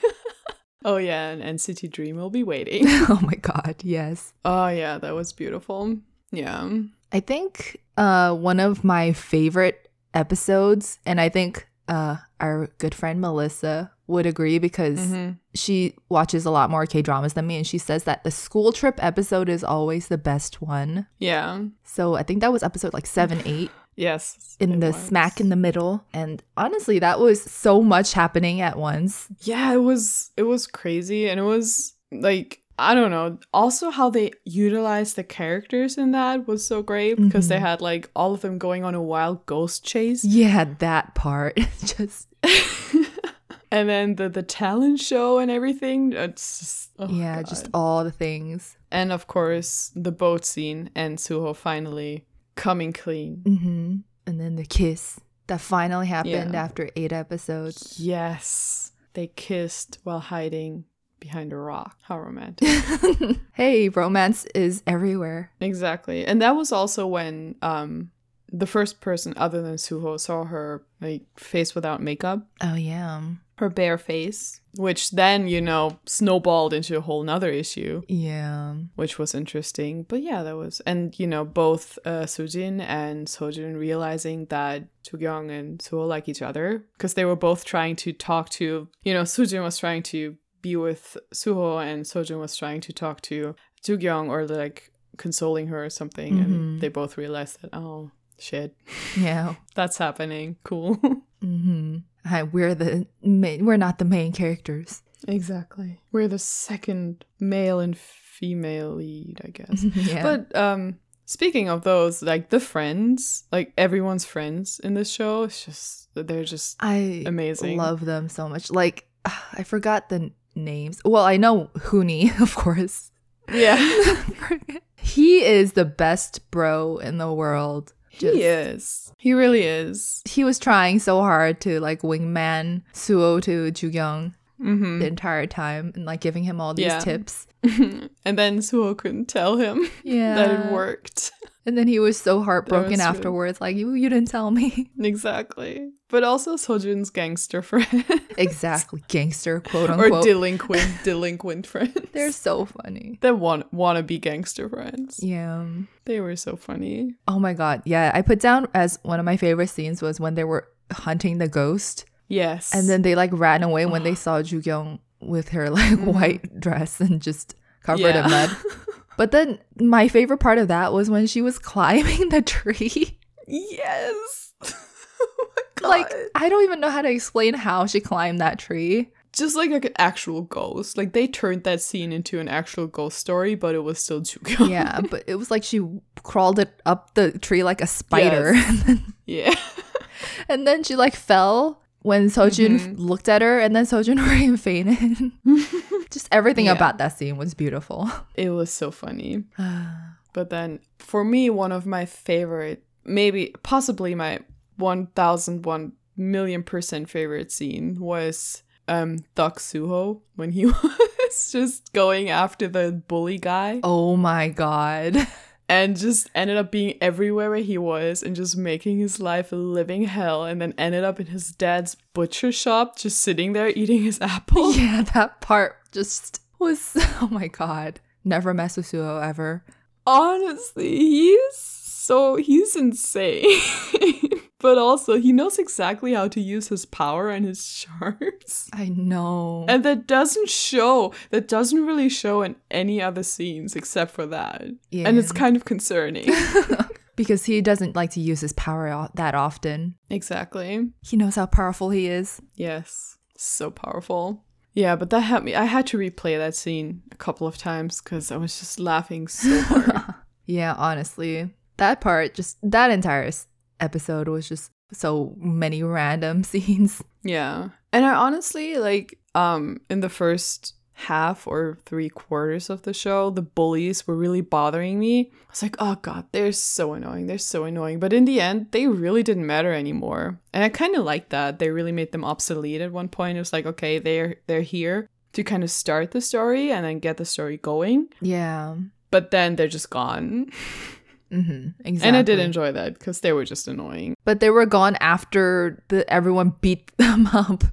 [SPEAKER 2] oh yeah, and, and City Dream will be waiting.
[SPEAKER 1] *laughs* *laughs* Oh my god. Yes.
[SPEAKER 2] oh yeah, that was beautiful. Yeah.
[SPEAKER 1] I think uh, one of my favorite episodes, and I think uh, our good friend Melissa would agree because
[SPEAKER 2] Mhm.
[SPEAKER 1] she watches a lot more K dramas than me, and she says that the school trip episode is always the best one.
[SPEAKER 2] Yeah.
[SPEAKER 1] So I think that was episode like
[SPEAKER 2] *laughs*
[SPEAKER 1] seven, eight
[SPEAKER 2] Yes.
[SPEAKER 1] in
[SPEAKER 2] it
[SPEAKER 1] the
[SPEAKER 2] was.
[SPEAKER 1] smack in the middle. And honestly, that was so much happening at once.
[SPEAKER 2] Yeah, it was it was crazy and it was like I don't know. Also how they utilized the characters in that was so great because they
[SPEAKER 1] Mhm.
[SPEAKER 2] had like all of them going on a wild ghost chase.
[SPEAKER 1] Yeah, that part *laughs* just
[SPEAKER 2] *laughs* and then the the talent show and everything. It's just, oh,
[SPEAKER 1] yeah,
[SPEAKER 2] God.
[SPEAKER 1] just all the things.
[SPEAKER 2] and of course the boat scene and Suho finally coming clean.
[SPEAKER 1] hmm And then the kiss that finally happened after eight episodes.
[SPEAKER 2] Yes. They kissed while hiding behind a rock. How romantic.
[SPEAKER 1] *laughs*
[SPEAKER 2] *laughs*
[SPEAKER 1] hey, romance is everywhere.
[SPEAKER 2] Exactly. And that was also when um the first person other than Suho saw her like face without makeup,
[SPEAKER 1] Oh yeah,
[SPEAKER 2] her bare face, which then, you know, snowballed into a whole nother issue,
[SPEAKER 1] yeah.
[SPEAKER 2] which was interesting. But yeah, that was and you know, both uh, Sujin and Sojin realizing that Sugyong and Suho like each other because they were both trying to talk to, you know, Sujin was trying to be with Suho and Sojin was trying to talk to Sugyong or like consoling her or something,
[SPEAKER 1] Mhm.
[SPEAKER 2] and they both realized that oh shit, *laughs*
[SPEAKER 1] Yeah.
[SPEAKER 2] that's happening. Cool. *laughs*
[SPEAKER 1] Mm-hmm. we're the main, we're not the main characters. *laughs*
[SPEAKER 2] exactly. We're the second male and female lead, I guess.
[SPEAKER 1] yeah.
[SPEAKER 2] But um, speaking of those, like the friends, like everyone's friends in this show, it's just they're just
[SPEAKER 1] I
[SPEAKER 2] amazing.
[SPEAKER 1] love them so much. Like *sighs* I forgot the n- names. Well, I know Huni, *laughs* of course. *laughs*
[SPEAKER 2] *laughs* yeah.
[SPEAKER 1] he is the best bro in the world. Just-
[SPEAKER 2] He is. He really is.
[SPEAKER 1] He was trying so hard to like wingman Suo to Jugyong
[SPEAKER 2] hmm
[SPEAKER 1] the entire time and like giving him all these
[SPEAKER 2] Yeah.
[SPEAKER 1] tips.
[SPEAKER 2] *laughs* and then Suho couldn't tell him *laughs*
[SPEAKER 1] Yeah.
[SPEAKER 2] that it worked. *laughs*
[SPEAKER 1] And then he was so heartbroken
[SPEAKER 2] was really-
[SPEAKER 1] afterwards, like you you didn't tell me. *laughs*
[SPEAKER 2] Exactly. But also Sojun's gangster friend. *laughs*
[SPEAKER 1] exactly. Gangster, quote
[SPEAKER 2] or
[SPEAKER 1] unquote. *laughs*
[SPEAKER 2] delinquent, delinquent friends.
[SPEAKER 1] They're so funny.
[SPEAKER 2] *laughs* They're wan- wannabe gangster friends.
[SPEAKER 1] Yeah.
[SPEAKER 2] They were so funny.
[SPEAKER 1] Oh my god. Yeah. I put down as one of my favorite scenes was when they were hunting the ghost
[SPEAKER 2] Yes.
[SPEAKER 1] and then they like ran away when *sighs* they saw Jugyong with her like
[SPEAKER 2] Mhm.
[SPEAKER 1] white dress and just covered
[SPEAKER 2] Yeah.
[SPEAKER 1] in *laughs* mud. But then my favorite part of that was when she was *laughs* climbing the *laughs* tree.
[SPEAKER 2] *laughs* yes. *laughs* oh my god.
[SPEAKER 1] like
[SPEAKER 2] Like
[SPEAKER 1] I don't even know how to explain how she climbed that tree.
[SPEAKER 2] just like, an actual ghost. Like they turned that scene into an actual ghost story, but it was still *laughs* Jugo.
[SPEAKER 1] yeah, but it was like she crawled it up the tree like a spider,
[SPEAKER 2] yeah.
[SPEAKER 1] *laughs* and then she like fell when Sojun
[SPEAKER 2] Mhm.
[SPEAKER 1] looked at her, and then *laughs* Sojun already
[SPEAKER 2] *laughs*
[SPEAKER 1] fainted. Just everything
[SPEAKER 2] Yeah.
[SPEAKER 1] about that scene was beautiful.
[SPEAKER 2] *sighs* It was so funny.
[SPEAKER 1] oh
[SPEAKER 2] But then for me, one of my favorite, maybe possibly my 1001 million percent favorite scene was um Doc Suho when he *laughs* was just going after the bully guy
[SPEAKER 1] Oh my
[SPEAKER 2] *laughs*
[SPEAKER 1] god! *laughs*
[SPEAKER 2] and just ended up being everywhere where he was and just making his life a living hell and then ended up in his dad's butcher shop just sitting there eating his apple.
[SPEAKER 1] yeah, that part just was. *laughs* Oh my god! Never mess with Suho ever.
[SPEAKER 2] *laughs* honestly, he's so he's insane. *laughs* but also, he knows exactly how to use his power and his *laughs* shards.
[SPEAKER 1] I know.
[SPEAKER 2] And that doesn't show, that doesn't really show in any other scenes except for that.
[SPEAKER 1] yeah.
[SPEAKER 2] And it's kind of concerning. *laughs*
[SPEAKER 1] because he doesn't like to use his power o- that often.
[SPEAKER 2] exactly.
[SPEAKER 1] He knows how powerful he is.
[SPEAKER 2] Yes. So powerful. Yeah, but that had me. I had to replay that scene a couple of times because I was just laughing so hard.
[SPEAKER 1] Yeah, honestly, that part just that entire s- episode was just so many random *laughs* scenes.
[SPEAKER 2] Yeah. And I honestly like um in the first half or three quarters of the show, the bullies were really bothering me. I was like, oh god, they're so annoying. They're so annoying. But in the end, they really didn't matter anymore. And I kinda liked that. They really made them obsolete at one point. It was like, okay, they're they're here to kind of start the story and then get the story going.
[SPEAKER 1] Yeah,
[SPEAKER 2] But then they're just gone.
[SPEAKER 1] hmm exactly.
[SPEAKER 2] And I did enjoy that because they were just annoying.
[SPEAKER 1] but they were gone after the everyone beat *laughs* them up.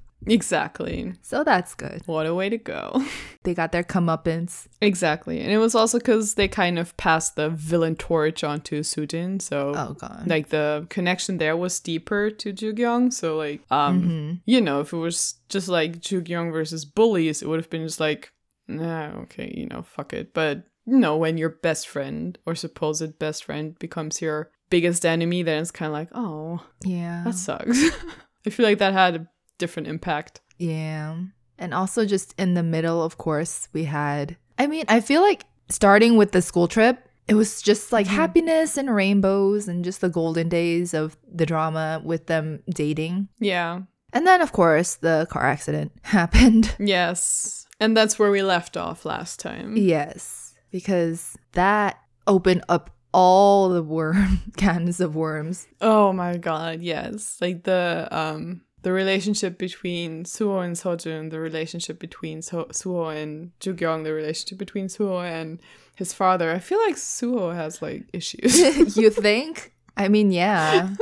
[SPEAKER 2] Exactly.
[SPEAKER 1] So that's good.
[SPEAKER 2] What a way to go. *laughs*
[SPEAKER 1] They got their comeuppance.
[SPEAKER 2] exactly. And it was also because they kind of passed the villain torch onto Sujin. So
[SPEAKER 1] Oh god.
[SPEAKER 2] like the connection there was deeper to Jugyong. So like um
[SPEAKER 1] Mhm.
[SPEAKER 2] you know, if it was just like Jugyong versus bullies, it would have been just like, nah, okay, you know, fuck it. But you know, when your best friend or supposed best friend becomes your biggest enemy, then it's kinda like, oh,
[SPEAKER 1] Yeah.
[SPEAKER 2] that sucks. *laughs* I feel like that had a different impact.
[SPEAKER 1] Yeah. And also, just in the middle, of course, we had, I mean, I feel like starting with the school trip, it was just like
[SPEAKER 2] Mhm.
[SPEAKER 1] happiness and rainbows and just the golden days of the drama with them dating.
[SPEAKER 2] Yeah.
[SPEAKER 1] And then, of course, the car accident *laughs* happened.
[SPEAKER 2] Yes. And that's where we left off last time.
[SPEAKER 1] yes. Because that opened up all the worm *laughs* cans of worms. *laughs*
[SPEAKER 2] Oh my god, yes. Like the um the relationship between Suho and Sojun, the relationship between so- Suho and Jugyong, the relationship between Suho and his father. I feel like Suho has like
[SPEAKER 1] *laughs*
[SPEAKER 2] issues, *laughs*
[SPEAKER 1] you think? I mean, yeah.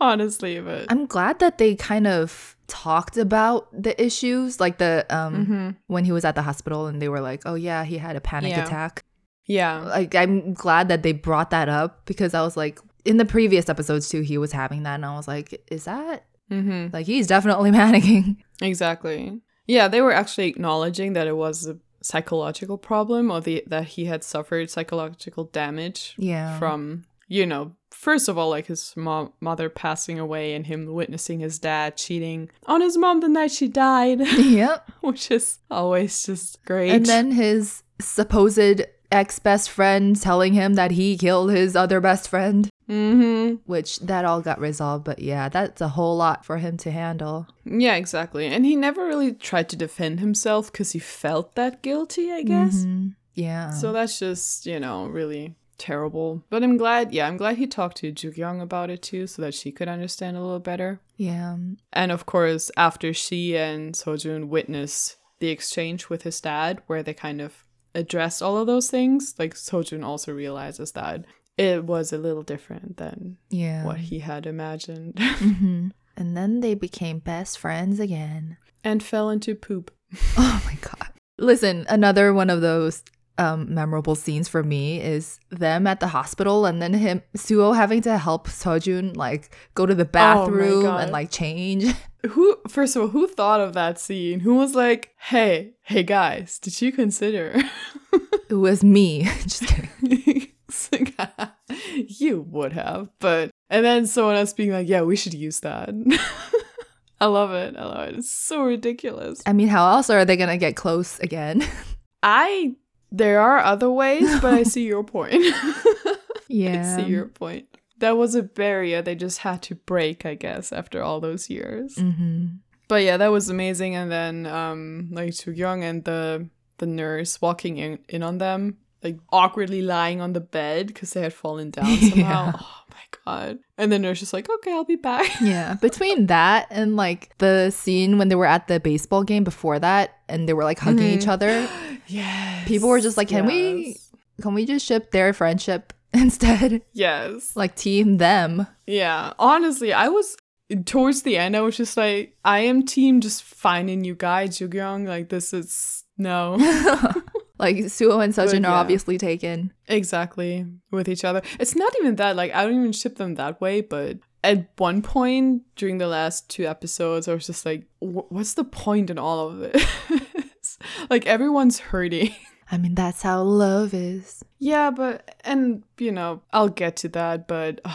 [SPEAKER 2] honestly, but
[SPEAKER 1] I'm glad that they kind of talked about the issues, like the um
[SPEAKER 2] Mhm.
[SPEAKER 1] when he was at the hospital and they were like, "Oh yeah, he had a panic
[SPEAKER 2] Yeah.
[SPEAKER 1] attack."
[SPEAKER 2] yeah.
[SPEAKER 1] Like I'm glad that they brought that up because I was like in the previous episodes too he was having that and I was like, "Is that
[SPEAKER 2] Mhm.
[SPEAKER 1] like he's definitely *laughs* panicking."
[SPEAKER 2] Exactly. Yeah, they were actually acknowledging that it was a psychological problem or the that he had suffered psychological damage
[SPEAKER 1] Yeah.
[SPEAKER 2] from you know first of all like his mom mother passing away and him witnessing his dad cheating on his mom the night she died *laughs*
[SPEAKER 1] yep.
[SPEAKER 2] which is always just great
[SPEAKER 1] And then his supposed ex-best friend telling him that he killed his other best friend,
[SPEAKER 2] hmm
[SPEAKER 1] which that all got resolved, but yeah, that's a whole lot for him to handle.
[SPEAKER 2] yeah exactly and he never really tried to defend himself because he felt that guilty i guess
[SPEAKER 1] Mhm. Yeah.
[SPEAKER 2] so that's just you know really terrible but i'm glad yeah i'm glad he talked to jugyong about it too so that she could understand a little better
[SPEAKER 1] yeah.
[SPEAKER 2] And of course, after she and Sojun witness the exchange with his dad, where they kind of address all of those things, like Sojun also realizes that it was a little different than
[SPEAKER 1] Yeah.
[SPEAKER 2] what he had imagined *laughs*
[SPEAKER 1] hmm And then they became best friends again.
[SPEAKER 2] and fell into poop.
[SPEAKER 1] *laughs* Oh my god. Listen, another one of those um, memorable scenes for me is them at the hospital and then him Suo having to help Sojun like go to the bathroom
[SPEAKER 2] Oh God.
[SPEAKER 1] and like change. *laughs*
[SPEAKER 2] Who, first of all, who thought of that scene? Who was like, hey, hey guys, did you consider?
[SPEAKER 1] It was me. *laughs* Just kidding.
[SPEAKER 2] *laughs* you would have, but and then someone else being like, "Yeah, we should use that." *laughs* I love it. I love it. It's so ridiculous.
[SPEAKER 1] I mean, how else are they gonna get close
[SPEAKER 2] *laughs*
[SPEAKER 1] again? *laughs*
[SPEAKER 2] I there are other ways, but I see your point. *laughs* I
[SPEAKER 1] yeah.
[SPEAKER 2] see your point. That was a barrier they just had to break, I guess, after all those years.
[SPEAKER 1] hmm
[SPEAKER 2] But yeah, that was amazing. And then um like Young and the the nurse walking in, in on them, like awkwardly lying on the bed because they had fallen down somehow.
[SPEAKER 1] Yeah.
[SPEAKER 2] Oh my god. And the nurse is like, Okay, I'll be
[SPEAKER 1] *laughs*
[SPEAKER 2] back.
[SPEAKER 1] Yeah. Between that and like the scene when they were at the baseball game before that and they were like hugging each
[SPEAKER 2] Mhm.
[SPEAKER 1] other, *gasps*
[SPEAKER 2] yes.
[SPEAKER 1] People were just like, "Can we-
[SPEAKER 2] yes.
[SPEAKER 1] can we just ship their friendship *laughs* instead?
[SPEAKER 2] Yes.
[SPEAKER 1] Like team them.
[SPEAKER 2] Yeah. Honestly, I was towards the end I was just like, I am team just finding you guys, Young. Like this is no.
[SPEAKER 1] *laughs* like Suo and Sujin
[SPEAKER 2] But,
[SPEAKER 1] are
[SPEAKER 2] yeah.
[SPEAKER 1] obviously taken.
[SPEAKER 2] Exactly. With each other. It's not even that, like, I don't even ship them that way, but at one point during the last two episodes, I was just like, "Wh- what's the point in all of this? *laughs* like, everyone's hurting. *laughs*
[SPEAKER 1] I mean, that's how love is.
[SPEAKER 2] yeah, but, and, you know, I'll get to that, but *sighs*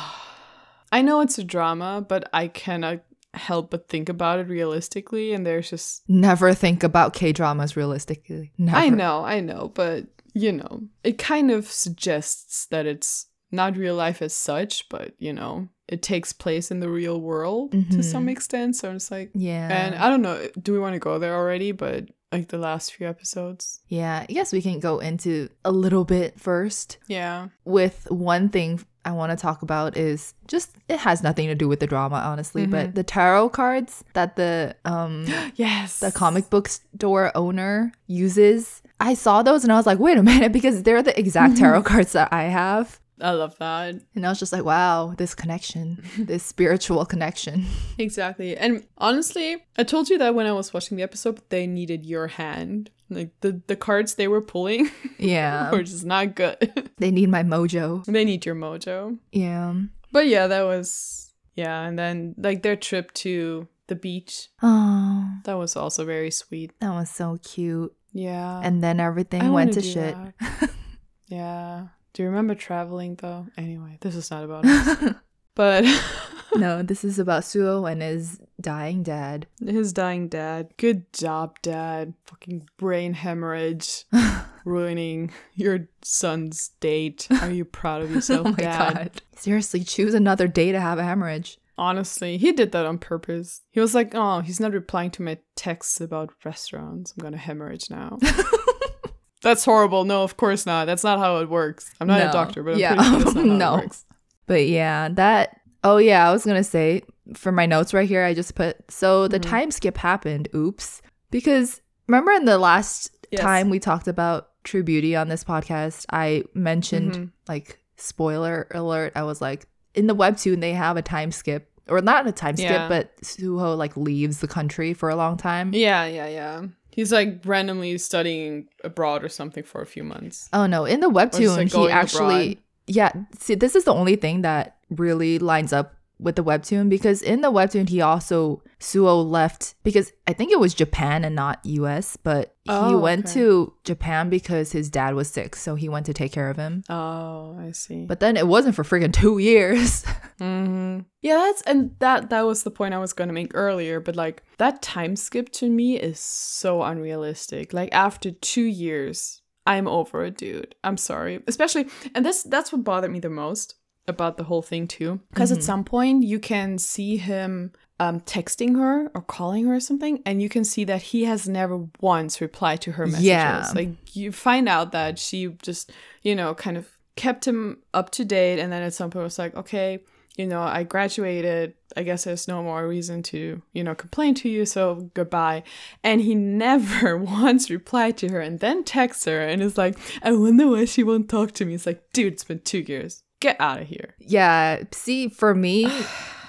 [SPEAKER 2] I know it's a drama, but I cannot help but think about it realistically, and there's just,
[SPEAKER 1] Never think about K dramas realistically. Never.
[SPEAKER 2] I know, I know, but you know, it kind of suggests that it's not real life as such, but you know, it takes place in the real world to
[SPEAKER 1] Mhm.
[SPEAKER 2] some extent. So it's like,
[SPEAKER 1] Yeah.
[SPEAKER 2] and I don't know, do we want to go there already? But like the last few episodes,
[SPEAKER 1] yeah, I guess we can go into a little bit first.
[SPEAKER 2] yeah,
[SPEAKER 1] With one thing I want to talk about is just it has nothing to do with the drama, honestly,
[SPEAKER 2] Mm-hmm.
[SPEAKER 1] but the tarot cards that the
[SPEAKER 2] *gasps*
[SPEAKER 1] um
[SPEAKER 2] yes,
[SPEAKER 1] the comic book store owner *laughs*
[SPEAKER 2] *laughs*
[SPEAKER 1] uses. I saw those and I was like, wait a minute, because they're the exact tarot cards that I have.
[SPEAKER 2] I love that.
[SPEAKER 1] And I was just like, wow, this
[SPEAKER 2] *laughs*
[SPEAKER 1] connection, this spiritual connection.
[SPEAKER 2] Exactly. And honestly, I told you that when I was watching the episode, but they needed your hand. Like the, the cards they were pulling *laughs*
[SPEAKER 1] Yeah.
[SPEAKER 2] were just not good.
[SPEAKER 1] *laughs*
[SPEAKER 2] *laughs*
[SPEAKER 1] they need my mojo.
[SPEAKER 2] they need your mojo.
[SPEAKER 1] Yeah.
[SPEAKER 2] But yeah, that was yeah, and then like their trip to the beach.
[SPEAKER 1] Oh,
[SPEAKER 2] That was also very sweet.
[SPEAKER 1] that was so cute.
[SPEAKER 2] Yeah.
[SPEAKER 1] And then everything
[SPEAKER 2] I
[SPEAKER 1] went to
[SPEAKER 2] wanna do
[SPEAKER 1] shit. *laughs*
[SPEAKER 2] that. yeah. Do you remember traveling though? Anyway, this is not about us. But
[SPEAKER 1] *laughs*
[SPEAKER 2] *laughs*
[SPEAKER 1] no, this is about Suo and his dying
[SPEAKER 2] *laughs*
[SPEAKER 1] dad.
[SPEAKER 2] his dying dad. Good job, dad. Fucking
[SPEAKER 1] *laughs*
[SPEAKER 2] brain hemorrhage. ruining your son's date. Are you proud of
[SPEAKER 1] *laughs*
[SPEAKER 2] yourself,
[SPEAKER 1] oh my
[SPEAKER 2] dad?
[SPEAKER 1] god. Seriously, choose another day to have a hemorrhage.
[SPEAKER 2] Honestly, he did that on purpose. He was like, "Oh, he's not replying to my texts about restaurants. I'm gonna hemorrhage now." *laughs* That's horrible. No, of course not. That's not how it works. I'm not a
[SPEAKER 1] No.
[SPEAKER 2] doctor, but I'm
[SPEAKER 1] Yeah.
[SPEAKER 2] pretty
[SPEAKER 1] *laughs*
[SPEAKER 2] sure *laughs* that's not how
[SPEAKER 1] No.
[SPEAKER 2] it works.
[SPEAKER 1] But yeah, that. Oh yeah, I was gonna say for my notes right here, I just put so the
[SPEAKER 2] Mhm.
[SPEAKER 1] time skip happened. Oops, because remember in the last
[SPEAKER 2] Yes.
[SPEAKER 1] time we talked about True Beauty on this podcast, I mentioned
[SPEAKER 2] Mhm.
[SPEAKER 1] like spoiler alert. I was like, in the webtoon they have a time skip, or not a time skip,
[SPEAKER 2] Yeah.
[SPEAKER 1] but Suho like leaves the country for a long time.
[SPEAKER 2] Yeah, yeah, yeah. He's like randomly studying abroad or something for a few months.
[SPEAKER 1] Oh no, in the
[SPEAKER 2] just, like,
[SPEAKER 1] webtoon he
[SPEAKER 2] going
[SPEAKER 1] actually
[SPEAKER 2] abroad.
[SPEAKER 1] yeah, see this is the only thing that really lines up with the webtoon because in the webtoon he also Suo left because I think it was Japan and not US, but he
[SPEAKER 2] Oh,
[SPEAKER 1] went
[SPEAKER 2] okay.
[SPEAKER 1] to Japan because his dad was sick, so he went to take care of him.
[SPEAKER 2] Oh, I see.
[SPEAKER 1] But then it wasn't for friggin' 2 *laughs* years.
[SPEAKER 2] hmm Yeah, that's and that that was the point I was going to make earlier, but like that time skip to me is so unrealistic. Like after 2 years, I'm over it, dude. I'm sorry. Especially and this that's what bothered me the most about the whole thing too because
[SPEAKER 1] Mhm.
[SPEAKER 2] at some point you can see him um, texting her or calling her or something and you can see that he has never once replied to her messages
[SPEAKER 1] Yeah.
[SPEAKER 2] like you find out that she just you know kind of kept him up to date and then at some point was like okay you know i graduated i guess there's no more reason to you know complain to you so goodbye and he *laughs* never once replied to her and then texts her and is like i wonder why she won't talk to me it's like dude it's been two years get out of here
[SPEAKER 1] yeah, see for
[SPEAKER 2] *sighs*
[SPEAKER 1] me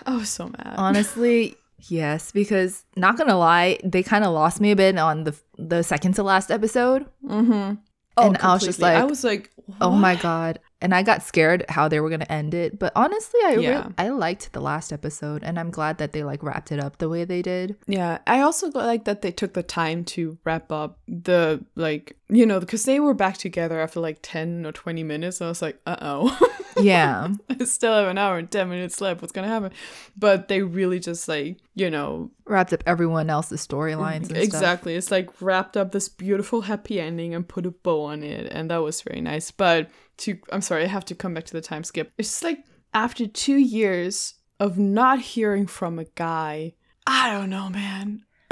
[SPEAKER 2] I was so mad.
[SPEAKER 1] Honestly, yes, because not gonna lie, they kind of lost me a bit on the the second to last episode.
[SPEAKER 2] mm-hmm.
[SPEAKER 1] and I was just
[SPEAKER 2] I
[SPEAKER 1] like,
[SPEAKER 2] was like,
[SPEAKER 1] Oh my
[SPEAKER 2] "What?"
[SPEAKER 1] god! And I got scared how they were gonna end it, but honestly, I re-
[SPEAKER 2] Yeah.
[SPEAKER 1] I liked the last episode, and I'm glad that they like wrapped it up the way they did.
[SPEAKER 2] Yeah, I also got- like that they took the time to wrap up the like, you know, because they were back together after like ten or twenty minutes. And I was like, uh oh,
[SPEAKER 1] Yeah,
[SPEAKER 2] *laughs* I still have an hour and ten minutes left. What's gonna happen? But they really just like, you know,
[SPEAKER 1] wrapped up everyone else's storylines. and stuff.
[SPEAKER 2] exactly. It's like wrapped up this beautiful happy ending and put a bow on it, and that was very nice. But to, I'm sorry, I have to come back to the time skip. It's just like after two years of not hearing from a guy, I don't know, man. *laughs*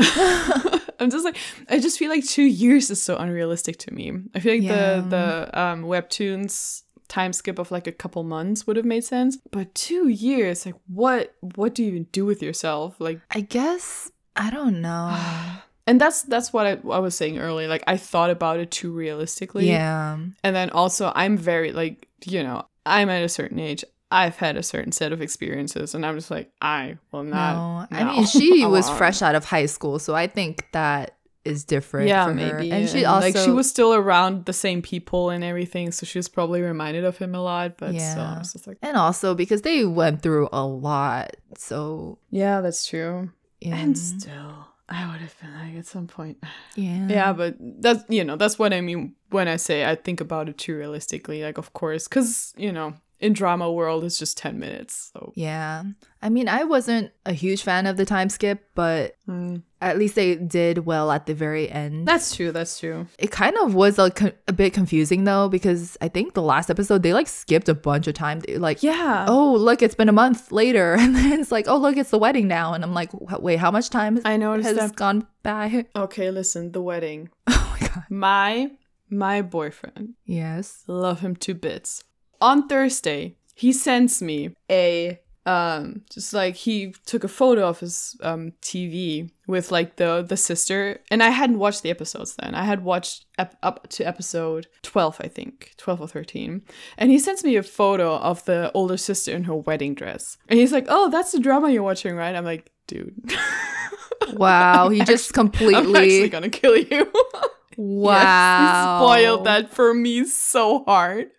[SPEAKER 2] I'm just like I just feel like two years is so unrealistic to me. I feel like
[SPEAKER 1] Yeah.
[SPEAKER 2] the the um, webtoons time skip of like a couple months would have made sense, but two years, like what what do you even do with yourself? Like
[SPEAKER 1] I guess I don't know.
[SPEAKER 2] *sighs* and that's that's what I, I was saying earlier. Like I thought about it too realistically.
[SPEAKER 1] yeah,
[SPEAKER 2] And then also I'm very like, you know, I'm at a certain age. I've had a certain set of experiences and I'm just like, I will not
[SPEAKER 1] no.
[SPEAKER 2] no.
[SPEAKER 1] I mean, she
[SPEAKER 2] *laughs* I
[SPEAKER 1] was
[SPEAKER 2] won't.
[SPEAKER 1] fresh out of high school, so I think that is different.
[SPEAKER 2] Yeah,
[SPEAKER 1] for her.
[SPEAKER 2] maybe.
[SPEAKER 1] and she also
[SPEAKER 2] like she was still around the same people and everything, so she was probably reminded of him a lot, but still
[SPEAKER 1] Yeah.
[SPEAKER 2] I was just like
[SPEAKER 1] and also because they went through a lot, so
[SPEAKER 2] Yeah, that's true.
[SPEAKER 1] yeah,
[SPEAKER 2] And still I would have been like at some point.
[SPEAKER 1] yeah,
[SPEAKER 2] Yeah, but that's you know that's what I mean when I say I think about it too realistically. Like, of course, because you know in drama world it's just ten minutes. So
[SPEAKER 1] Yeah. I mean, I wasn't a huge fan of the time skip, but
[SPEAKER 2] Mm.
[SPEAKER 1] at least they did well at the very end.
[SPEAKER 2] that's true. That's true.
[SPEAKER 1] It kind of was like con- a bit confusing though because I think the last episode they like skipped a bunch of time. They, like,
[SPEAKER 2] Yeah.
[SPEAKER 1] oh look, it's been a month later, *laughs* and then it's like, oh look, it's the wedding now, and I'm like, "Wh- wait, how much time
[SPEAKER 2] I noticed
[SPEAKER 1] has
[SPEAKER 2] that.
[SPEAKER 1] gone by?
[SPEAKER 2] Okay, listen. The wedding.
[SPEAKER 1] *laughs* Oh my god.
[SPEAKER 2] My my boyfriend
[SPEAKER 1] Yes.
[SPEAKER 2] love him to bits. On Thursday, he sends me a um just like he took a photo of his um tv with like the the sister and i hadn't watched the episodes then i had watched ep- up to episode 12 i think 12 or 13 and he sends me a photo of the older sister in her wedding dress and he's like oh that's the drama you're watching right i'm like dude *laughs*
[SPEAKER 1] Wow, he just
[SPEAKER 2] i'm actually *laughs*
[SPEAKER 1] completely
[SPEAKER 2] gonna kill you
[SPEAKER 1] wow.
[SPEAKER 2] yes, he spoiled that *laughs* for me so hard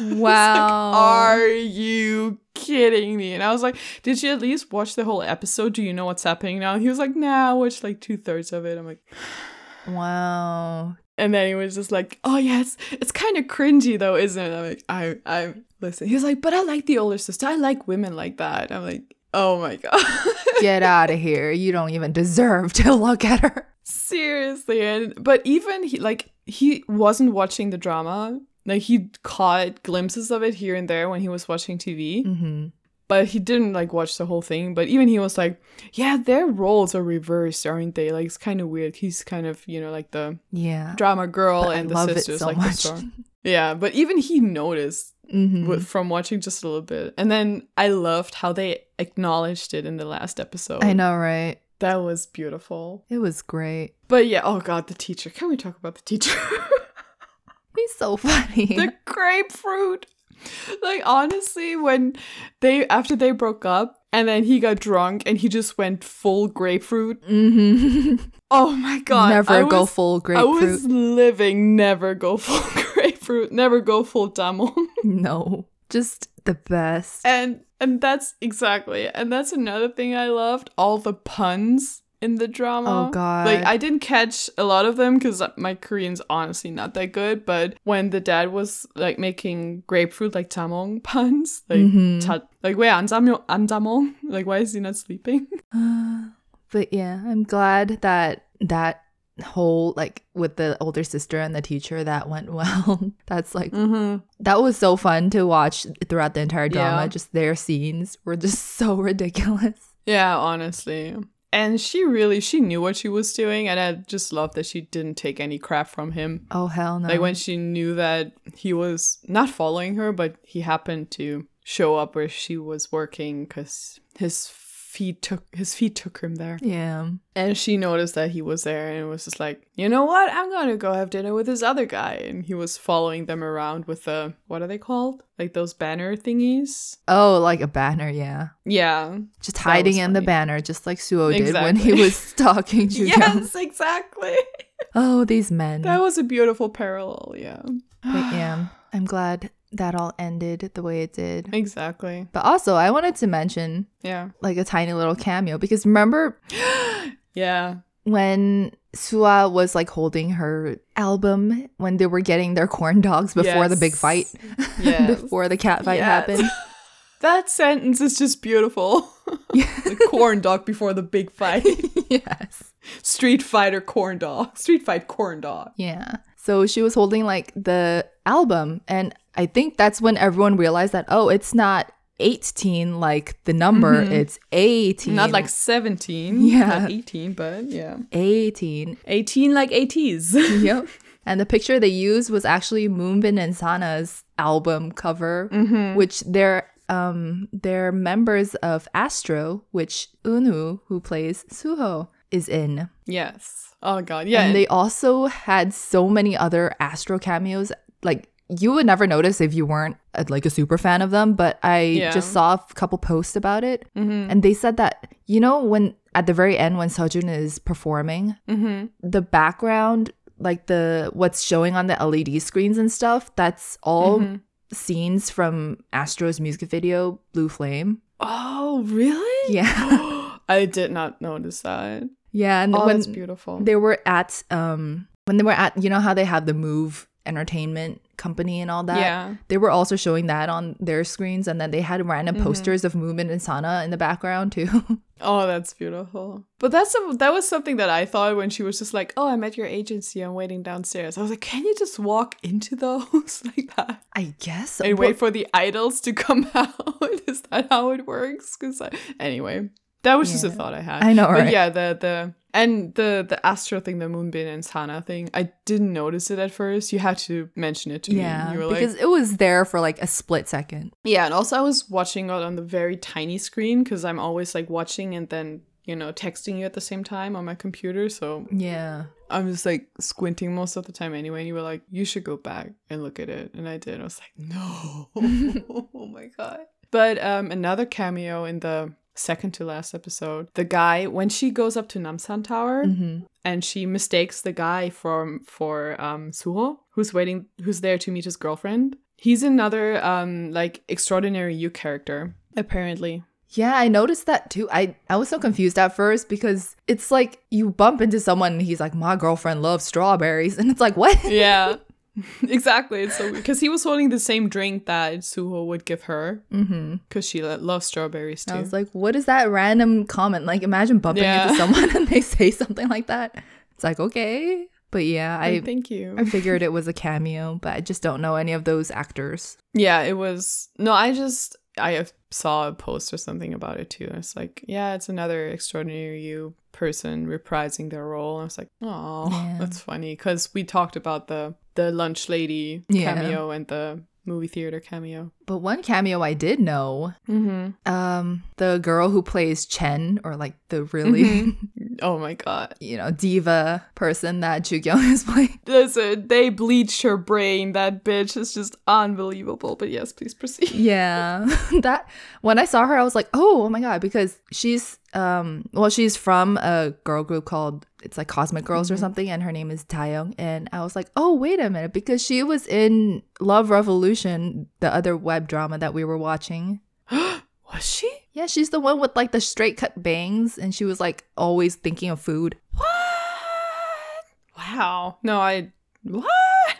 [SPEAKER 1] Wow.
[SPEAKER 2] Are you kidding me? And I was like, Did you at least watch the whole episode? Do you know what's happening now? And he was like, Nah, I watched like two thirds of it. I'm like,
[SPEAKER 1] wow.
[SPEAKER 2] And then he was just like, Oh, yes, it's kind of cringy though, isn't it? I'm like, I, I, listen. He was like, But I like the older sister. I like women like that. I'm like, Oh my *laughs* God.
[SPEAKER 1] Get out of here. You don't even deserve to *laughs* look at her.
[SPEAKER 2] Seriously. And, but even he, like, he wasn't watching the drama. Like, he caught glimpses of it here and there when he was watching TV.
[SPEAKER 1] hmm
[SPEAKER 2] but he didn't like watch the whole thing but even he was like yeah their roles are reversed aren't they like it's kind of weird he's kind of you know like the
[SPEAKER 1] Yeah.
[SPEAKER 2] drama girl
[SPEAKER 1] But I
[SPEAKER 2] and the
[SPEAKER 1] love it
[SPEAKER 2] sisters
[SPEAKER 1] so
[SPEAKER 2] like the
[SPEAKER 1] much. *laughs*
[SPEAKER 2] strong yeah but even he noticed
[SPEAKER 1] Mhm.
[SPEAKER 2] w from watching just a little bit and then i loved how they acknowledged it in the last episode
[SPEAKER 1] I know, right?
[SPEAKER 2] that was beautiful
[SPEAKER 1] It was great.
[SPEAKER 2] but yeah oh god the teacher can we talk about the teacher *laughs*
[SPEAKER 1] He's so *laughs* funny.
[SPEAKER 2] the grapefruit. Like honestly, when they after they broke up and then he got drunk and he just went full grapefruit.
[SPEAKER 1] hmm
[SPEAKER 2] Oh my god.
[SPEAKER 1] Never
[SPEAKER 2] I
[SPEAKER 1] go
[SPEAKER 2] was-
[SPEAKER 1] full
[SPEAKER 2] I
[SPEAKER 1] grapefruit.
[SPEAKER 2] was living never go *laughs* full grapefruit, never go full Damon.
[SPEAKER 1] *laughs* No, just the best.
[SPEAKER 2] *laughs* And and that's exactly. And that's another thing I loved, all the puns in the drama.
[SPEAKER 1] Oh god.
[SPEAKER 2] Like I didn't catch a lot of them because my Korean's honestly not that good. But when the dad was like making grapefruit like tamong *laughs* puns, like
[SPEAKER 1] Mhm.
[SPEAKER 2] ta- like where andamyo andamong, *laughs* like why is he not sleeping? *laughs*
[SPEAKER 1] *sighs* but yeah, I'm glad that that whole like with the older sister and the teacher that went *laughs* well. That's like
[SPEAKER 2] Mm-hmm.
[SPEAKER 1] that was so fun to watch throughout the entire drama.
[SPEAKER 2] Yeah.
[SPEAKER 1] Just their scenes were just *laughs* so ridiculous.
[SPEAKER 2] Yeah, honestly. And she really she knew what she was doing, and I just love that she didn't take any crap from him.
[SPEAKER 1] Oh hell no.
[SPEAKER 2] Like when she knew that he was not following her, but he happened to show up where she was working because his feet took his feet took him there.
[SPEAKER 1] yeah.
[SPEAKER 2] And she noticed that he was there and was just like, you know what? I'm gonna go have dinner with this other guy. And he was following them around with the what are they called? Like those banner thingies.
[SPEAKER 1] Oh, like a banner, yeah. *laughs*
[SPEAKER 2] Yeah.
[SPEAKER 1] Just hiding
[SPEAKER 2] was
[SPEAKER 1] in the
[SPEAKER 2] funny.
[SPEAKER 1] banner, just like Suo did when he
[SPEAKER 2] Exactly.
[SPEAKER 1] was *laughs* talking to them.
[SPEAKER 2] *laughs* Yes, exactly.
[SPEAKER 1] *laughs* Oh, these men.
[SPEAKER 2] *laughs* That was a beautiful parallel, yeah.
[SPEAKER 1] But yeah, I'm glad that all ended the way it did.
[SPEAKER 2] Exactly.
[SPEAKER 1] But also, I wanted to mention
[SPEAKER 2] Yeah.
[SPEAKER 1] like a tiny little cameo because remember
[SPEAKER 2] Yeah.
[SPEAKER 1] when Sua was like holding her album when they were getting their corn dogs before the big
[SPEAKER 2] Yes.
[SPEAKER 1] fight, *laughs*
[SPEAKER 2] Yes.
[SPEAKER 1] before the cat fight
[SPEAKER 2] Yes.
[SPEAKER 1] happened? *laughs*
[SPEAKER 2] That sentence is just beautiful. the corn dog before the big fight.
[SPEAKER 1] *laughs* yes.
[SPEAKER 2] Street fighter corn dog. Street fight corn dog.
[SPEAKER 1] Yeah. So she was holding like the album, and I think that's when everyone realized that oh, it's not 18 like the number,
[SPEAKER 2] Mhm.
[SPEAKER 1] it's 18,
[SPEAKER 2] Not like 17.
[SPEAKER 1] Yeah.
[SPEAKER 2] Not 18, but yeah.
[SPEAKER 1] 18,
[SPEAKER 2] 18 like *laughs* 80s.
[SPEAKER 1] yep. And the picture they used was actually Moonbin and Sana's album cover,
[SPEAKER 2] Mm-hmm.
[SPEAKER 1] which they're um they're members of Astro, which Unu, who plays Suho, is in.
[SPEAKER 2] Yes. Oh god. Yeah.
[SPEAKER 1] And they also had so many other Astro cameos. Like you would never notice if you weren't uh, like a super fan of them, but I
[SPEAKER 2] Yeah.
[SPEAKER 1] just saw a couple posts about it,
[SPEAKER 2] Mhm.
[SPEAKER 1] and they said that you know when at the very end when Sejun is performing,
[SPEAKER 2] Mhm.
[SPEAKER 1] the background like the what's showing on the led screens and stuff that's all
[SPEAKER 2] Mhm.
[SPEAKER 1] scenes from astro's music video blue flame
[SPEAKER 2] Oh, really?
[SPEAKER 1] yeah
[SPEAKER 2] *gasps* I did not notice that.
[SPEAKER 1] yeah and
[SPEAKER 2] Oh,
[SPEAKER 1] when
[SPEAKER 2] that's beautiful.
[SPEAKER 1] they were at um when they were at you know how they have the move entertainment company and all that
[SPEAKER 2] yeah.
[SPEAKER 1] they were also showing that on their screens and then they had random
[SPEAKER 2] Mhm.
[SPEAKER 1] posters of movement and sana in the background too *laughs*
[SPEAKER 2] Oh, that's beautiful. But that's some that was something that I thought when she was just like, "Oh, I'm at your agency. I'm waiting downstairs." I was like, "Can you just walk into those *laughs* like that
[SPEAKER 1] i guess
[SPEAKER 2] and
[SPEAKER 1] Well,
[SPEAKER 2] *laughs* wait for the idols to come out? Is that how it works?" Because anyway, That was just a
[SPEAKER 1] Yeah.
[SPEAKER 2] thought I had.
[SPEAKER 1] I know,
[SPEAKER 2] But
[SPEAKER 1] right?
[SPEAKER 2] yeah, the the and the the astro thing, the moonbin and sana thing, I didn't notice it at first. You had to mention it to me.
[SPEAKER 1] Yeah,
[SPEAKER 2] You were like,
[SPEAKER 1] because it was there for like a split second.
[SPEAKER 2] yeah, and also I was watching it on the very tiny screen because I'm always like watching and then you know texting you at the same time on my computer. So
[SPEAKER 1] Yeah. *laughs*
[SPEAKER 2] I'm just like squinting most of the time anyway. And you were like, you should go back and look at it, and I did. I was like, no, *laughs* *laughs* oh my god. But um, another cameo in the second to last episode, the guy when she goes up to Namsan Tower
[SPEAKER 1] hmm
[SPEAKER 2] and she mistakes the guy from for um Suho, who's waiting who's there to meet his girlfriend. He's another um like extraordinary you character, apparently.
[SPEAKER 1] Yeah, I noticed that too. I, I was so confused at first because it's like you bump into someone and he's like, My girlfriend loves strawberries. *laughs* And it's like, What? *laughs*
[SPEAKER 2] Yeah. *laughs* exactly. It's so because he was holding the same drink that Suho would give her
[SPEAKER 1] Mm-hmm.
[SPEAKER 2] because she lo- loves strawberries too.
[SPEAKER 1] I was like, What is that random comment? Like, imagine bumping
[SPEAKER 2] Yeah.
[SPEAKER 1] into someone *laughs* and they say something like that. It's like, Okay. But yeah,
[SPEAKER 2] Oh,
[SPEAKER 1] I,
[SPEAKER 2] thank you.
[SPEAKER 1] I figured it was a cameo, but I just don't know any of those actors.
[SPEAKER 2] Yeah, it was. No, I just I saw a post or something about it too. And it's like, yeah, it's another extraordinary you person reprising their role. And I was like, oh,
[SPEAKER 1] Yeah.
[SPEAKER 2] that's funny because we talked about the the lunch lady
[SPEAKER 1] Yeah.
[SPEAKER 2] cameo and the movie theater cameo.
[SPEAKER 1] But one cameo I did know
[SPEAKER 2] Mm-hmm.
[SPEAKER 1] um, the girl who plays Chen, or like the really.
[SPEAKER 2] Oh my god,
[SPEAKER 1] *laughs* you know, diva person that Jukyung *laughs* is playing.
[SPEAKER 2] listen, they bleached her brain. That bitch is just unbelievable. But yes, please proceed. *gasps*
[SPEAKER 1] Yeah. *laughs* that when I saw her, I was like, oh, oh my god, because she's um well, she's from a girl group called it's like Cosmic Girls or
[SPEAKER 2] Mhm.
[SPEAKER 1] something, and her name is Taeyong. And I was like, oh, wait a minute, because she was in Love Revolution, the other web drama that we were watching.
[SPEAKER 2] Was she?
[SPEAKER 1] Yeah, she's the one with like the straight cut bangs, and she was like always thinking of food.
[SPEAKER 2] What? Wow. No, I what? *laughs*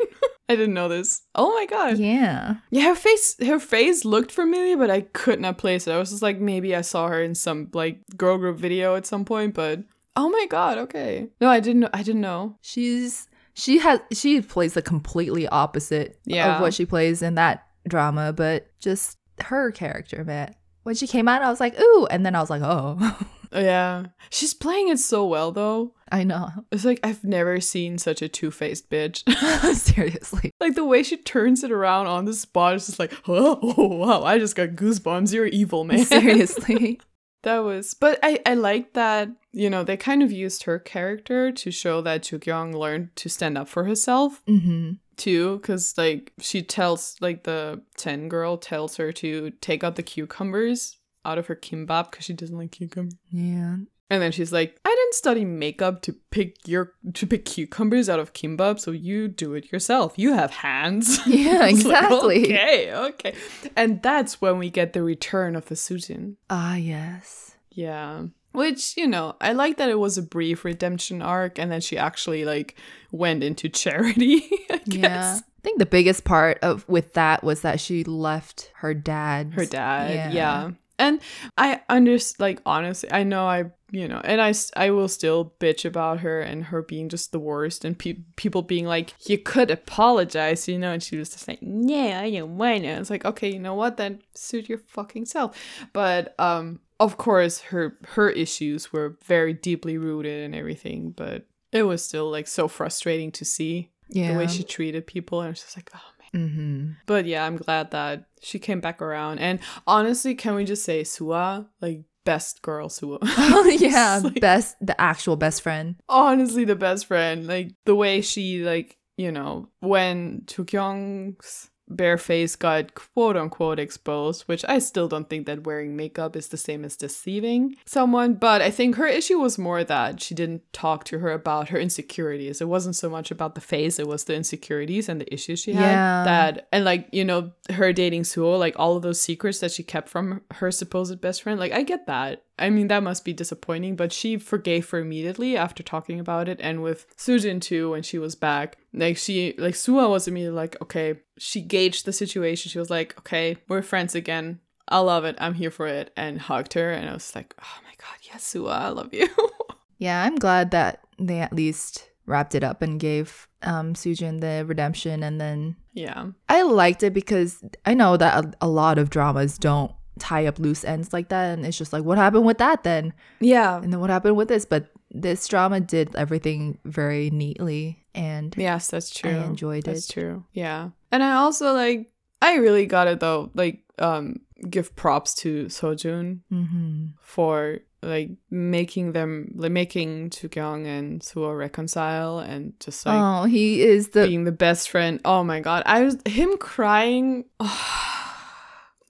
[SPEAKER 2] I didn't know this. Oh my god. Yeah.
[SPEAKER 1] Yeah.
[SPEAKER 2] her face her face looked familiar, but I could not place it. I was just like maybe I saw her in some like girl group video at some point, but oh my god, okay. No, I didn't know I didn't know.
[SPEAKER 1] She's she has she plays the completely opposite
[SPEAKER 2] Yeah.
[SPEAKER 1] of what she plays in that drama, but just her character, man. When she came out, I was like, ooh, and then I was like, oh, *laughs*
[SPEAKER 2] Yeah. She's playing it so well though.
[SPEAKER 1] I know, *laughs*
[SPEAKER 2] It's like I've never seen such a two-faced bitch. *laughs*
[SPEAKER 1] seriously.
[SPEAKER 2] like the way she turns it around on the spot is just like, *laughs* oh, wow, I just got goosebumps. You're evil, *laughs* man.
[SPEAKER 1] Seriously.
[SPEAKER 2] That was, but I I like that you know they kind of used her character to show that Jukyong learned to stand up for herself
[SPEAKER 1] hmm
[SPEAKER 2] too, because like she tells like the ten girl tells her to take out the cucumbers out of her kimbap because she doesn't like cucumber,
[SPEAKER 1] Yeah. *laughs*
[SPEAKER 2] and then she's like, I didn't study makeup to pick your to pick cucumbers out of kimbap, so you do it yourself. You have hands. *laughs*
[SPEAKER 1] Yeah,
[SPEAKER 2] It's like,
[SPEAKER 1] exactly.
[SPEAKER 2] okay, okay, and that's when we get the return of the Sujin.
[SPEAKER 1] Ah, yes.
[SPEAKER 2] Yeah. Which, you know, I like that it was a brief redemption arc and then she actually like went into *laughs* charity, I
[SPEAKER 1] Yeah.
[SPEAKER 2] guess.
[SPEAKER 1] I think the biggest part of with that was that she left her dad.
[SPEAKER 2] Her dad. Yeah.
[SPEAKER 1] Yeah.
[SPEAKER 2] And I under like honestly, I know I, you know, and I s- I will still bitch about her and her being just the worst and pe- people being like you could apologize, you know, and she was just like, "Yeah, I don't want to." It's like, "Okay, you know what? Then suit your fucking self." But um of course her her issues were very deeply rooted and everything, but it was still like so frustrating to see
[SPEAKER 1] Yeah.
[SPEAKER 2] the way she treated people and it's just like, "Oh man, *laughs*
[SPEAKER 1] hmm
[SPEAKER 2] but yeah, I'm glad that she came back around. And honestly, can we just say Sua, like best girl
[SPEAKER 1] *laughs*
[SPEAKER 2] Sua?
[SPEAKER 1] *laughs* Oh,
[SPEAKER 2] *laughs*
[SPEAKER 1] yeah.
[SPEAKER 2] It's like,
[SPEAKER 1] best the actual best friend.
[SPEAKER 2] honestly, the best friend. Like the way she like you know when Tukyong's bare face got quote unquote exposed, which I still don't think that wearing makeup is the same as deceiving someone. But I think her issue was more that she didn't talk to her about her insecurities. It wasn't so much about the face; it was the insecurities and the issues she had.
[SPEAKER 1] Yeah.
[SPEAKER 2] That and like you know her dating Suho, like all of those secrets that she kept from her supposed best friend. Like I get that. I mean that must be disappointing, but she forgave her immediately after talking about it, and with Sujin too when she was back. Like she like Suho was immediately like okay. She gauged the situation. She was like okay, we're friends again. I love it. I'm here for it. And hugged her, and I was like, oh my god, yes, Sua, I love you. *laughs*
[SPEAKER 1] Yeah, I'm glad that they at least wrapped it up and gave um, Sujin the redemption. And then
[SPEAKER 2] yeah.
[SPEAKER 1] I liked it because I know that a, a lot of dramas don't tie up loose ends like that. And it's just like, what happened with that then?
[SPEAKER 2] Yeah.
[SPEAKER 1] And then what happened with this? But this drama did everything very neatly. And
[SPEAKER 2] Yes, that's true.
[SPEAKER 1] I enjoyed
[SPEAKER 2] That's
[SPEAKER 1] it.
[SPEAKER 2] true. Yeah. And I also like I really got it though. Like um give props to Sojun
[SPEAKER 1] hmm
[SPEAKER 2] for like making them like making Chukyong and Suo reconcile and just like
[SPEAKER 1] oh, he is the
[SPEAKER 2] being the best friend. Oh my god. I was him crying *sighs*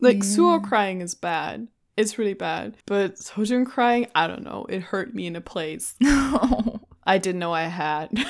[SPEAKER 2] like
[SPEAKER 1] Yeah.
[SPEAKER 2] Suo crying is bad. It's really bad. But Sojun crying, I don't know. It hurt me in a place
[SPEAKER 1] no.
[SPEAKER 2] I didn't know I had.
[SPEAKER 1] *laughs*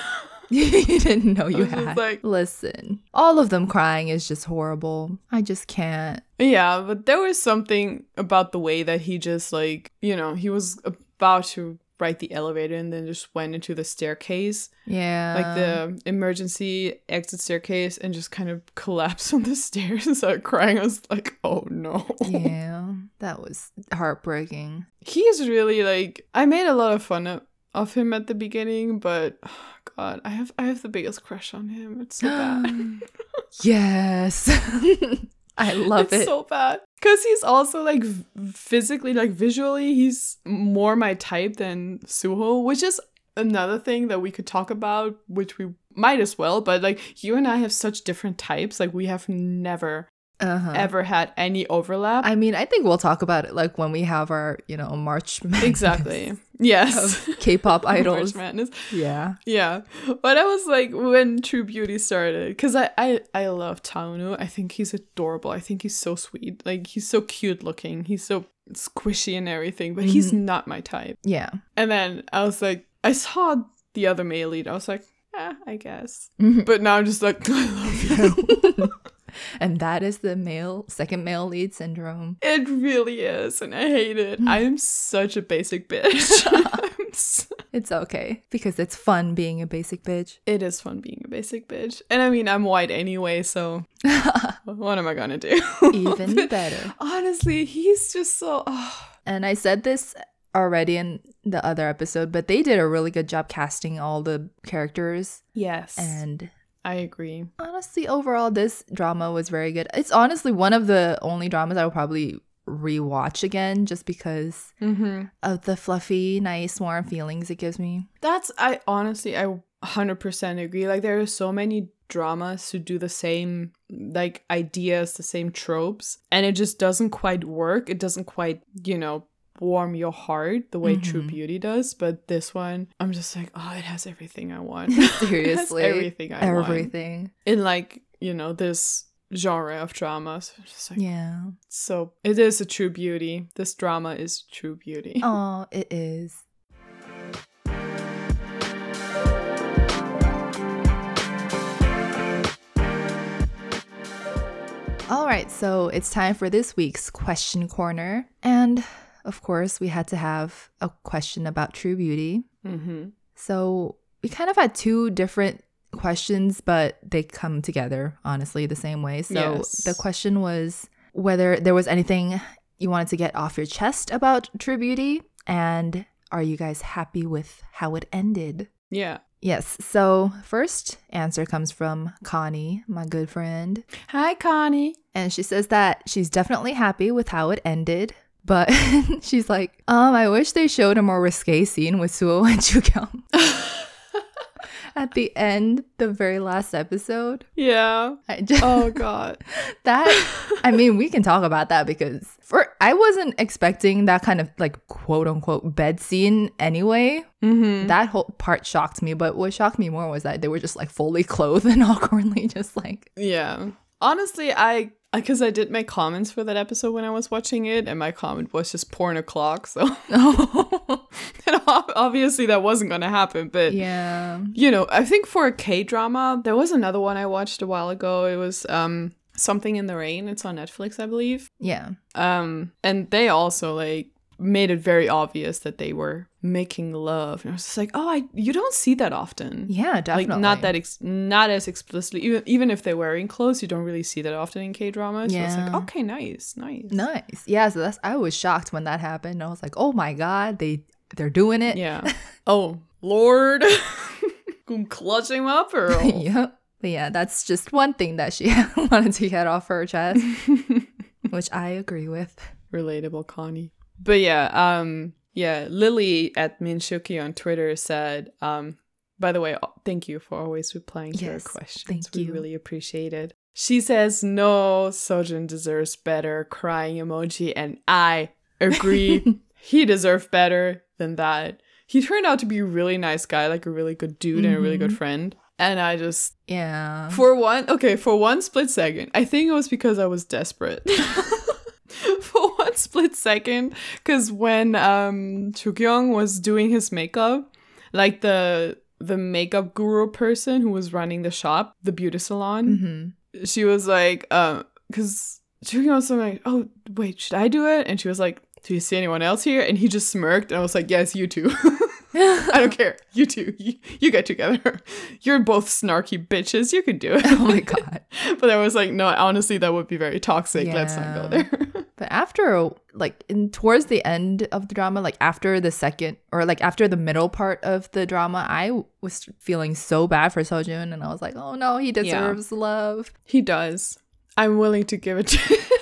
[SPEAKER 2] *laughs*
[SPEAKER 1] you didn't know you
[SPEAKER 2] was just
[SPEAKER 1] had.
[SPEAKER 2] like-
[SPEAKER 1] Listen, all of them crying is just horrible. I just can't.
[SPEAKER 2] Yeah, but there was something about the way that he just like, you know, he was about to ride the elevator and then just went into the staircase,
[SPEAKER 1] Yeah.
[SPEAKER 2] like the emergency exit staircase, and just kind of *laughs* collapsed on the stairs and started crying. I was like, oh no.
[SPEAKER 1] yeah, that was heartbreaking.
[SPEAKER 2] *laughs* He is really like, I made a lot of fun of, of him at the beginning, but *sighs* God, I have I have the biggest crush on him. It's
[SPEAKER 1] *gasps*
[SPEAKER 2] so bad. *laughs*
[SPEAKER 1] yes. *laughs* I love
[SPEAKER 2] it's
[SPEAKER 1] it.
[SPEAKER 2] so bad because he's also like v- physically like visually he's more my type than suho which is another thing that we could talk about which we might as well but like you and i have such different types like we have never
[SPEAKER 1] uh-huh.
[SPEAKER 2] ever had any overlap
[SPEAKER 1] I mean, I think we'll talk about it like when we have our, you know, March Madness *laughs*
[SPEAKER 2] exactly *laughs* yes
[SPEAKER 1] of K-pop
[SPEAKER 2] March
[SPEAKER 1] idols.
[SPEAKER 2] madness
[SPEAKER 1] yeah.
[SPEAKER 2] yeah but i was like when true beauty started because I, I i love taunu i think he's adorable i think he's so sweet like he's so cute looking he's so squishy and everything but he's not my type
[SPEAKER 1] Yeah.
[SPEAKER 2] and then i was like i saw the other male lead i was like eh, i guess
[SPEAKER 1] Mhm.
[SPEAKER 2] but now i'm just like *laughs* i love you
[SPEAKER 1] and that is the male second male lead syndrome.
[SPEAKER 2] it really is and i hate it i am such a basic bitch *laughs* I'm so-
[SPEAKER 1] It's okay because it's fun being a basic bitch. *laughs*
[SPEAKER 2] it is fun being a basic bitch and i mean i'm white anyway so what am i gonna do *laughs*
[SPEAKER 1] Even better.
[SPEAKER 2] Honestly, he's just so. Oh.
[SPEAKER 1] And I said this already in the other episode, but they did a really good job casting all the characters
[SPEAKER 2] Yes.
[SPEAKER 1] and
[SPEAKER 2] I agree.
[SPEAKER 1] honestly overall this drama was very good it's honestly one of the only dramas i will probably rewatch again just because
[SPEAKER 2] Mm-hmm.
[SPEAKER 1] of the fluffy nice warm feelings it gives me
[SPEAKER 2] That's, I honestly, I 100% agree. Like, there are so many dramas who do the same, like, ideas, the same tropes, and it just doesn't quite work. It doesn't quite, you know, warm your heart the way True
[SPEAKER 1] Mhm.
[SPEAKER 2] Beauty does. But this one, I'm just like, oh, it has everything I want.
[SPEAKER 1] *laughs* Seriously.
[SPEAKER 2] it has everything I want.
[SPEAKER 1] everything
[SPEAKER 2] In, like, you know, this genre of dramas. So it's just like,
[SPEAKER 1] yeah
[SPEAKER 2] So it is a true beauty. This drama is true beauty.
[SPEAKER 1] oh it is all right so it's time for this week's question corner and of course we had to have a question about true beauty
[SPEAKER 2] Mm-hmm.
[SPEAKER 1] So we kind of had two different questions, but they come together, honestly, the same way. So
[SPEAKER 2] Yes.
[SPEAKER 1] the question was whether there was anything you wanted to get off your chest about True Beauty, and are you guys happy with how it ended?
[SPEAKER 2] Yeah.
[SPEAKER 1] Yes. So first answer comes from Connie, my good friend.
[SPEAKER 2] Hi, Connie.
[SPEAKER 1] And she says that she's definitely happy with how it ended, but *laughs* she's like, um, I wish they showed a more risque scene with Suo and *laughs*
[SPEAKER 2] *laughs*
[SPEAKER 1] Chukyung. At the end, the very last episode,
[SPEAKER 2] Yeah.
[SPEAKER 1] I just, *laughs*
[SPEAKER 2] Oh God.
[SPEAKER 1] that, I mean, we can talk about that because for I wasn't expecting that kind of like quote unquote bed scene anyway.
[SPEAKER 2] mm-hmm.
[SPEAKER 1] That whole part shocked me, but what shocked me more was that they were just like fully *laughs* clothed and awkwardly just
[SPEAKER 2] *laughs*
[SPEAKER 1] like, *laughs*
[SPEAKER 2] Yeah. Honestly, I because I did make comments for that episode when I was watching it, and my comment was just porn o'clock. So *laughs*
[SPEAKER 1] oh,
[SPEAKER 2] and ob- obviously that wasn't gonna happen. But
[SPEAKER 1] yeah.
[SPEAKER 2] you know, I think for a K drama, there was another one I watched a while ago. It was um something in the rain. It's on Netflix, I believe.
[SPEAKER 1] Yeah.
[SPEAKER 2] Um, and they also like made it very obvious that they were making love, and I was just like, oh, I you don't see that often.
[SPEAKER 1] Yeah, definitely.
[SPEAKER 2] Like not that ex- not as explicitly even even if they're wearing clothes you don't really see that often in K dramas. So it's
[SPEAKER 1] Yeah.
[SPEAKER 2] like okay, nice, nice.
[SPEAKER 1] Nice. Yeah, so that's I was shocked when that happened. I was like, "Oh my god, they they're doing it."
[SPEAKER 2] Yeah. oh Lord, *laughs* I'm clutching my pearl.
[SPEAKER 1] *laughs* *laughs* Yep. But yeah, that's *laughs*
[SPEAKER 2] *laughs*
[SPEAKER 1] just one thing that she wanted to get off her chest, which I agree with.
[SPEAKER 2] Relatable Connie. But yeah, um yeah, Lily at Minshuki on Twitter said, um, by the way, thank you for always replying to our
[SPEAKER 1] Yes,
[SPEAKER 2] questions.
[SPEAKER 1] thank
[SPEAKER 2] we
[SPEAKER 1] you.
[SPEAKER 2] really appreciate it. She says, no, Sojin deserves better, crying emoji, and I
[SPEAKER 1] *laughs*
[SPEAKER 2] agree. he deserved better than that. He turned out to be a really nice guy, like a really good dude and a really
[SPEAKER 1] Mm-hmm.
[SPEAKER 2] good friend. And I just
[SPEAKER 1] Yeah.
[SPEAKER 2] for one, okay, for one split second, I think it was because I was desperate. *laughs* for one split second, because when um Chukyong was doing his makeup, like the the makeup guru person who was running the shop, the beauty salon,
[SPEAKER 1] *laughs* Mhm.
[SPEAKER 2] she was like, um, because Chukyong was like, oh wait, should I do it? And she was like, do you see anyone else here? And he just smirked, and I was like, yes, you too. *laughs*
[SPEAKER 1] Oh
[SPEAKER 2] I don't care. You two, you, you get together. *laughs* You're both snarky bitches. You can do it.
[SPEAKER 1] oh my god.
[SPEAKER 2] But I was like, no, honestly, that would be very toxic. Let's not go
[SPEAKER 1] Yeah.
[SPEAKER 2] there. *laughs*
[SPEAKER 1] But after like in towards the end of the drama, like after the second or like after the middle part of the drama, I was feeling so bad for Sojun and I was like, "Oh no, he deserves love." *laughs*
[SPEAKER 2] he does. I'm willing to give it to him.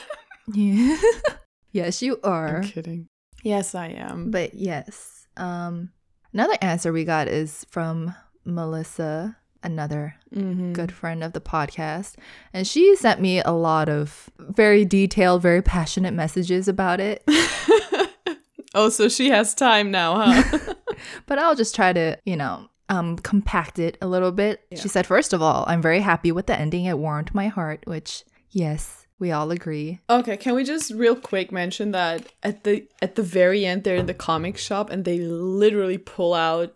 [SPEAKER 1] Yeah. yes, you are.
[SPEAKER 2] *laughs* I'm kidding. Yes, I am.
[SPEAKER 1] But yes. Um another answer we got is from Melissa, another
[SPEAKER 2] Mhm.
[SPEAKER 1] good friend of the podcast. And she sent me a lot of very detailed, very passionate messages about it.
[SPEAKER 2] *laughs* oh, so she has time now,
[SPEAKER 1] *laughs*
[SPEAKER 2] huh? *laughs*
[SPEAKER 1] but I'll just try to, you know, um, compact it a little bit.
[SPEAKER 2] Yeah.
[SPEAKER 1] She said, first of all, I'm very happy with the ending. It warmed my heart, which, yes, we all
[SPEAKER 2] *laughs*
[SPEAKER 1] agree.
[SPEAKER 2] okay, can we just real quick mention that at the at the very end they're in the comic shop and they literally pull
[SPEAKER 1] *gasps*
[SPEAKER 2] out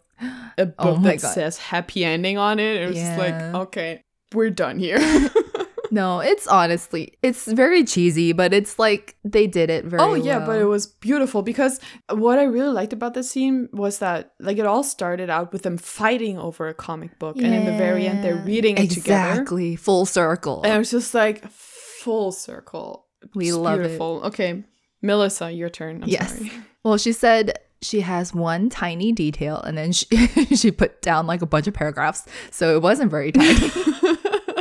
[SPEAKER 2] a book
[SPEAKER 1] Oh my
[SPEAKER 2] that
[SPEAKER 1] God.
[SPEAKER 2] says happy ending on it. And it was just
[SPEAKER 1] Yeah.
[SPEAKER 2] like, okay, we're done here.
[SPEAKER 1] *laughs* No, it's honestly, it's very cheesy, but it's like they did it very
[SPEAKER 2] oh yeah but it
[SPEAKER 1] well.
[SPEAKER 2] was beautiful because what i really liked about the scene was that like it all started out with them fighting over a comic book and in the very end they're
[SPEAKER 1] Yeah.
[SPEAKER 2] reading it together
[SPEAKER 1] exactly full circle.
[SPEAKER 2] and it was just like full circle
[SPEAKER 1] we
[SPEAKER 2] It's
[SPEAKER 1] love it.
[SPEAKER 2] beautiful. okay melissa your turn I'm
[SPEAKER 1] Yes.
[SPEAKER 2] sorry. *laughs*
[SPEAKER 1] Well, she said she has one tiny detail, and then she, *laughs* she put down like a bunch of paragraphs, so it wasn't very
[SPEAKER 2] *laughs*
[SPEAKER 1] tiny.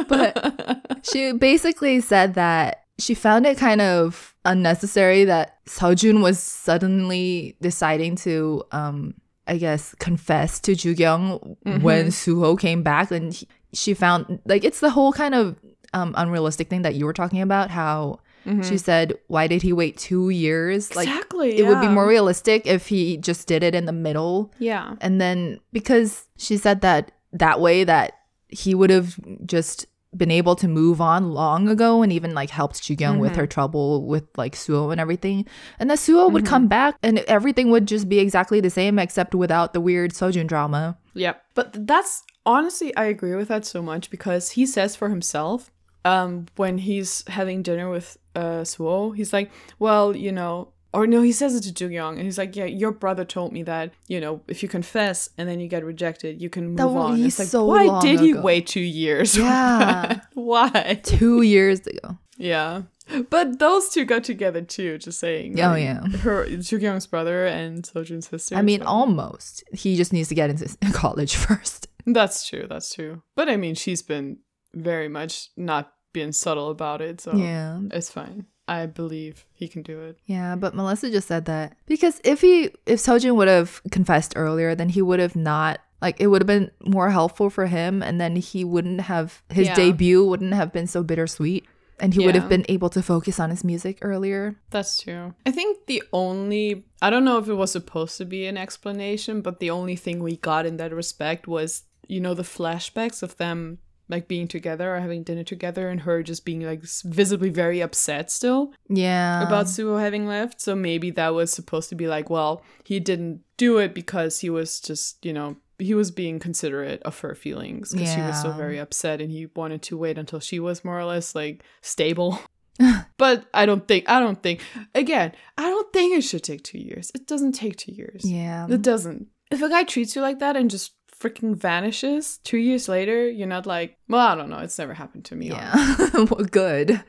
[SPEAKER 1] but she basically said that she found it kind of unnecessary that Seojun was suddenly deciding to, um, I guess, confess to Jugyung
[SPEAKER 2] Mm-hmm.
[SPEAKER 1] when Suho came back, and he- she found like it's the whole kind of um, unrealistic thing that you were talking about how. She said, "Why did he wait two years? Like,
[SPEAKER 2] Mm-hmm. Hmm. exactly
[SPEAKER 1] it would be
[SPEAKER 2] yeah.
[SPEAKER 1] more realistic if he just did it in the middle
[SPEAKER 2] yeah
[SPEAKER 1] and then because she said that that way that he would have just been able to move on long ago and even like helped Chugyung with
[SPEAKER 2] Mhm.
[SPEAKER 1] her trouble with like Suo and everything. And then Suo would come
[SPEAKER 2] Mm-hmm.
[SPEAKER 1] back and everything would just be exactly the same except without the weird Sojun drama.
[SPEAKER 2] Yep. But th- that's honestly, I agree with that so much because he says for himself, um, when he's having dinner with uh Suo, he's like, well, you know, or no, he says it to Jugyong, and he's like, yeah, your brother told me that, you know, if you confess and then you get rejected, you can move
[SPEAKER 1] That was-
[SPEAKER 2] on.
[SPEAKER 1] he's
[SPEAKER 2] It's like,
[SPEAKER 1] so
[SPEAKER 2] why
[SPEAKER 1] long
[SPEAKER 2] did he
[SPEAKER 1] ago.
[SPEAKER 2] wait two years? for
[SPEAKER 1] Yeah.
[SPEAKER 2] that? *laughs* why? *laughs*
[SPEAKER 1] Two years ago.
[SPEAKER 2] Yeah. But those two got together too, just saying.
[SPEAKER 1] Oh,
[SPEAKER 2] like,
[SPEAKER 1] yeah.
[SPEAKER 2] Her Jugyong's brother and Sojun's sister.
[SPEAKER 1] I mean,
[SPEAKER 2] so-
[SPEAKER 1] almost. He just needs to get into s- *laughs* college first.
[SPEAKER 2] That's true. That's true. But I mean, she's been very much not being subtle about it, so
[SPEAKER 1] Yeah.
[SPEAKER 2] it's fine. I believe he can do it.
[SPEAKER 1] Yeah, but Melissa just said that because if he if Sojin would have confessed earlier, then he would have not like it would have been more helpful for him, and then he wouldn't have his
[SPEAKER 2] Yeah.
[SPEAKER 1] debut wouldn't have been so bittersweet, and he would
[SPEAKER 2] Yeah.
[SPEAKER 1] have been able to focus on his music earlier.
[SPEAKER 2] That's true. I think the only I don't know if it was supposed to be an explanation, but the only thing we got in that respect was you know the flashbacks of them like being together or having dinner together and her just being like s- visibly very upset still
[SPEAKER 1] Yeah,
[SPEAKER 2] about Suho having left. So maybe that was supposed to be like, well, he didn't do it because he was just, you know, he was being considerate of her feelings because she was so
[SPEAKER 1] Yeah.
[SPEAKER 2] very upset and he wanted to wait until she was more or less like
[SPEAKER 1] *laughs*
[SPEAKER 2] stable. *laughs* but I don't think, I don't think, again, I don't think it should take two years. It doesn't take two years.
[SPEAKER 1] yeah, *laughs*
[SPEAKER 2] It doesn't. If a guy treats you like that and just freaking vanishes two years later, you're not like, well, I don't know. It's never happened to me.
[SPEAKER 1] yeah. *laughs* well, good.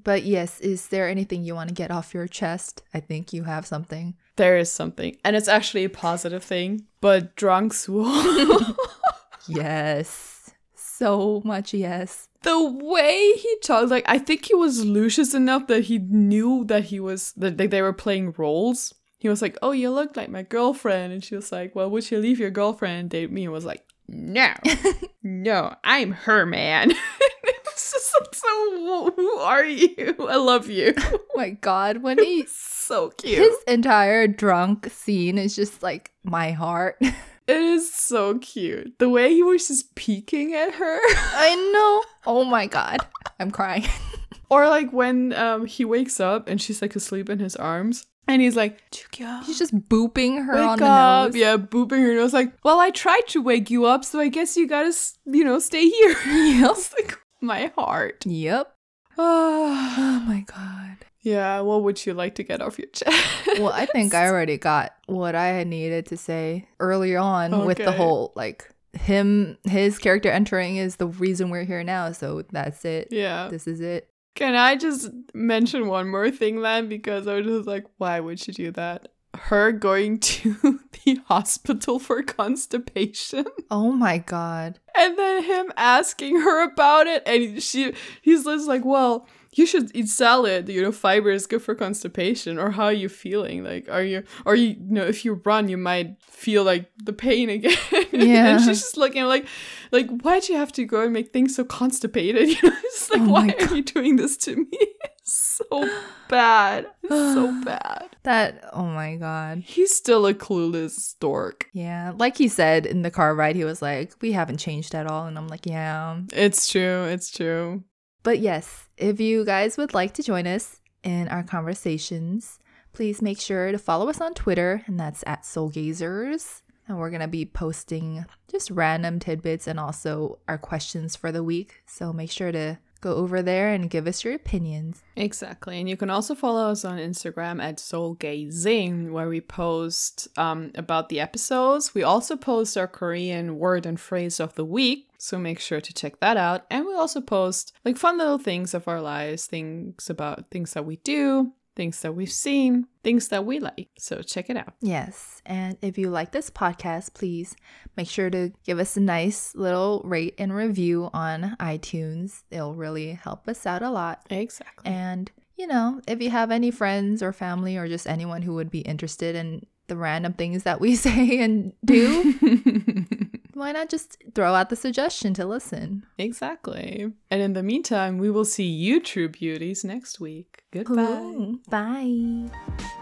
[SPEAKER 1] But yes, is there anything you want to get off your chest? I think you have something.
[SPEAKER 2] There is something, and it's actually a positive thing. But drunks will. *laughs*
[SPEAKER 1] Yes, so much yes.
[SPEAKER 2] the way he talked, like I think he was Lucius enough that he knew that he was that they, they were playing roles. He was like, "Oh, you look like my girlfriend," and she was like, "Well, would you leave your girlfriend and date me?" And was like, *laughs* "No, no, I'm her man." *laughs* it's just like, so who are you? I love you. *laughs*
[SPEAKER 1] Oh my God, when he
[SPEAKER 2] so cute.
[SPEAKER 1] his entire drunk scene is just like my heart. *laughs*
[SPEAKER 2] It is so cute. The way he was just peeking at her.
[SPEAKER 1] I know. Oh my God, I'm crying. *laughs*
[SPEAKER 2] Or like when um he wakes up and she's like asleep in his arms and he's like, Chukyo.
[SPEAKER 1] He's just booping her
[SPEAKER 2] wake
[SPEAKER 1] on the
[SPEAKER 2] up.
[SPEAKER 1] nose. *laughs*
[SPEAKER 2] Yeah, booping her nose like, Well, I tried to wake you up, so I guess you gotta s- you know, stay here. *laughs* It's like my heart. *sighs*
[SPEAKER 1] Yep.
[SPEAKER 2] Ah.
[SPEAKER 1] Oh my God.
[SPEAKER 2] yeah, what would you like to get off your chest? *laughs*
[SPEAKER 1] Well, I think *laughs* I already got what I had needed to say earlier on with the
[SPEAKER 2] Okay.
[SPEAKER 1] whole like him his character entering is the reason we're here now, so that's it.
[SPEAKER 2] Yeah.
[SPEAKER 1] This is it.
[SPEAKER 2] Can I just mention one more thing then? Because I was just like, why would she do that? Her going *laughs* to the hospital for constipation.
[SPEAKER 1] Oh my god.
[SPEAKER 2] And then him asking her about it, and she he's just like, "Well, you should eat salad. You know, fiber is good for constipation. Or how are you feeling? Like, are you are you, you know if you run, you might feel like the pain again." *laughs*
[SPEAKER 1] Yeah.
[SPEAKER 2] and she's just looking like, like why do you have to go and make things so constipated? *laughs* You know, it's like
[SPEAKER 1] Oh my
[SPEAKER 2] why are you doing this to me? *laughs* It's so bad,
[SPEAKER 1] *sighs*
[SPEAKER 2] It's so bad.
[SPEAKER 1] That oh my god.
[SPEAKER 2] He's still a clueless dork.
[SPEAKER 1] Yeah, like he said in the car ride, he was like, "We haven't changed at all," and I'm like, "Yeah."
[SPEAKER 2] It's true. It's true.
[SPEAKER 1] But yes, if you guys would like to join us in our conversations, please make sure to follow us on Twitter, and that's at Soulgazers. And we're going to be posting just random tidbits and also our questions for the week. So make sure to go over there and give us your opinions.
[SPEAKER 2] Exactly. And you can also follow us on Instagram at soulgazing, where we post um, about the episodes. We also post our Korean word and phrase of the week. So make sure to check that out. And we also post like fun little things of our lives, things about things that we do, things that we've seen, things that we like. So check it out.
[SPEAKER 1] Yes. And if you like this podcast, please make sure to give us a nice little rate and review on iTunes. It'll really help us out a lot.
[SPEAKER 2] Exactly.
[SPEAKER 1] And, you know, if you have any friends or family or just anyone who would be interested in the random things that we *laughs* say and *laughs*
[SPEAKER 2] *laughs*
[SPEAKER 1] do, why not just throw out the suggestion to listen?
[SPEAKER 2] exactly. And in the meantime, we will see you, true beauties, next week. Goodbye.
[SPEAKER 1] Bye.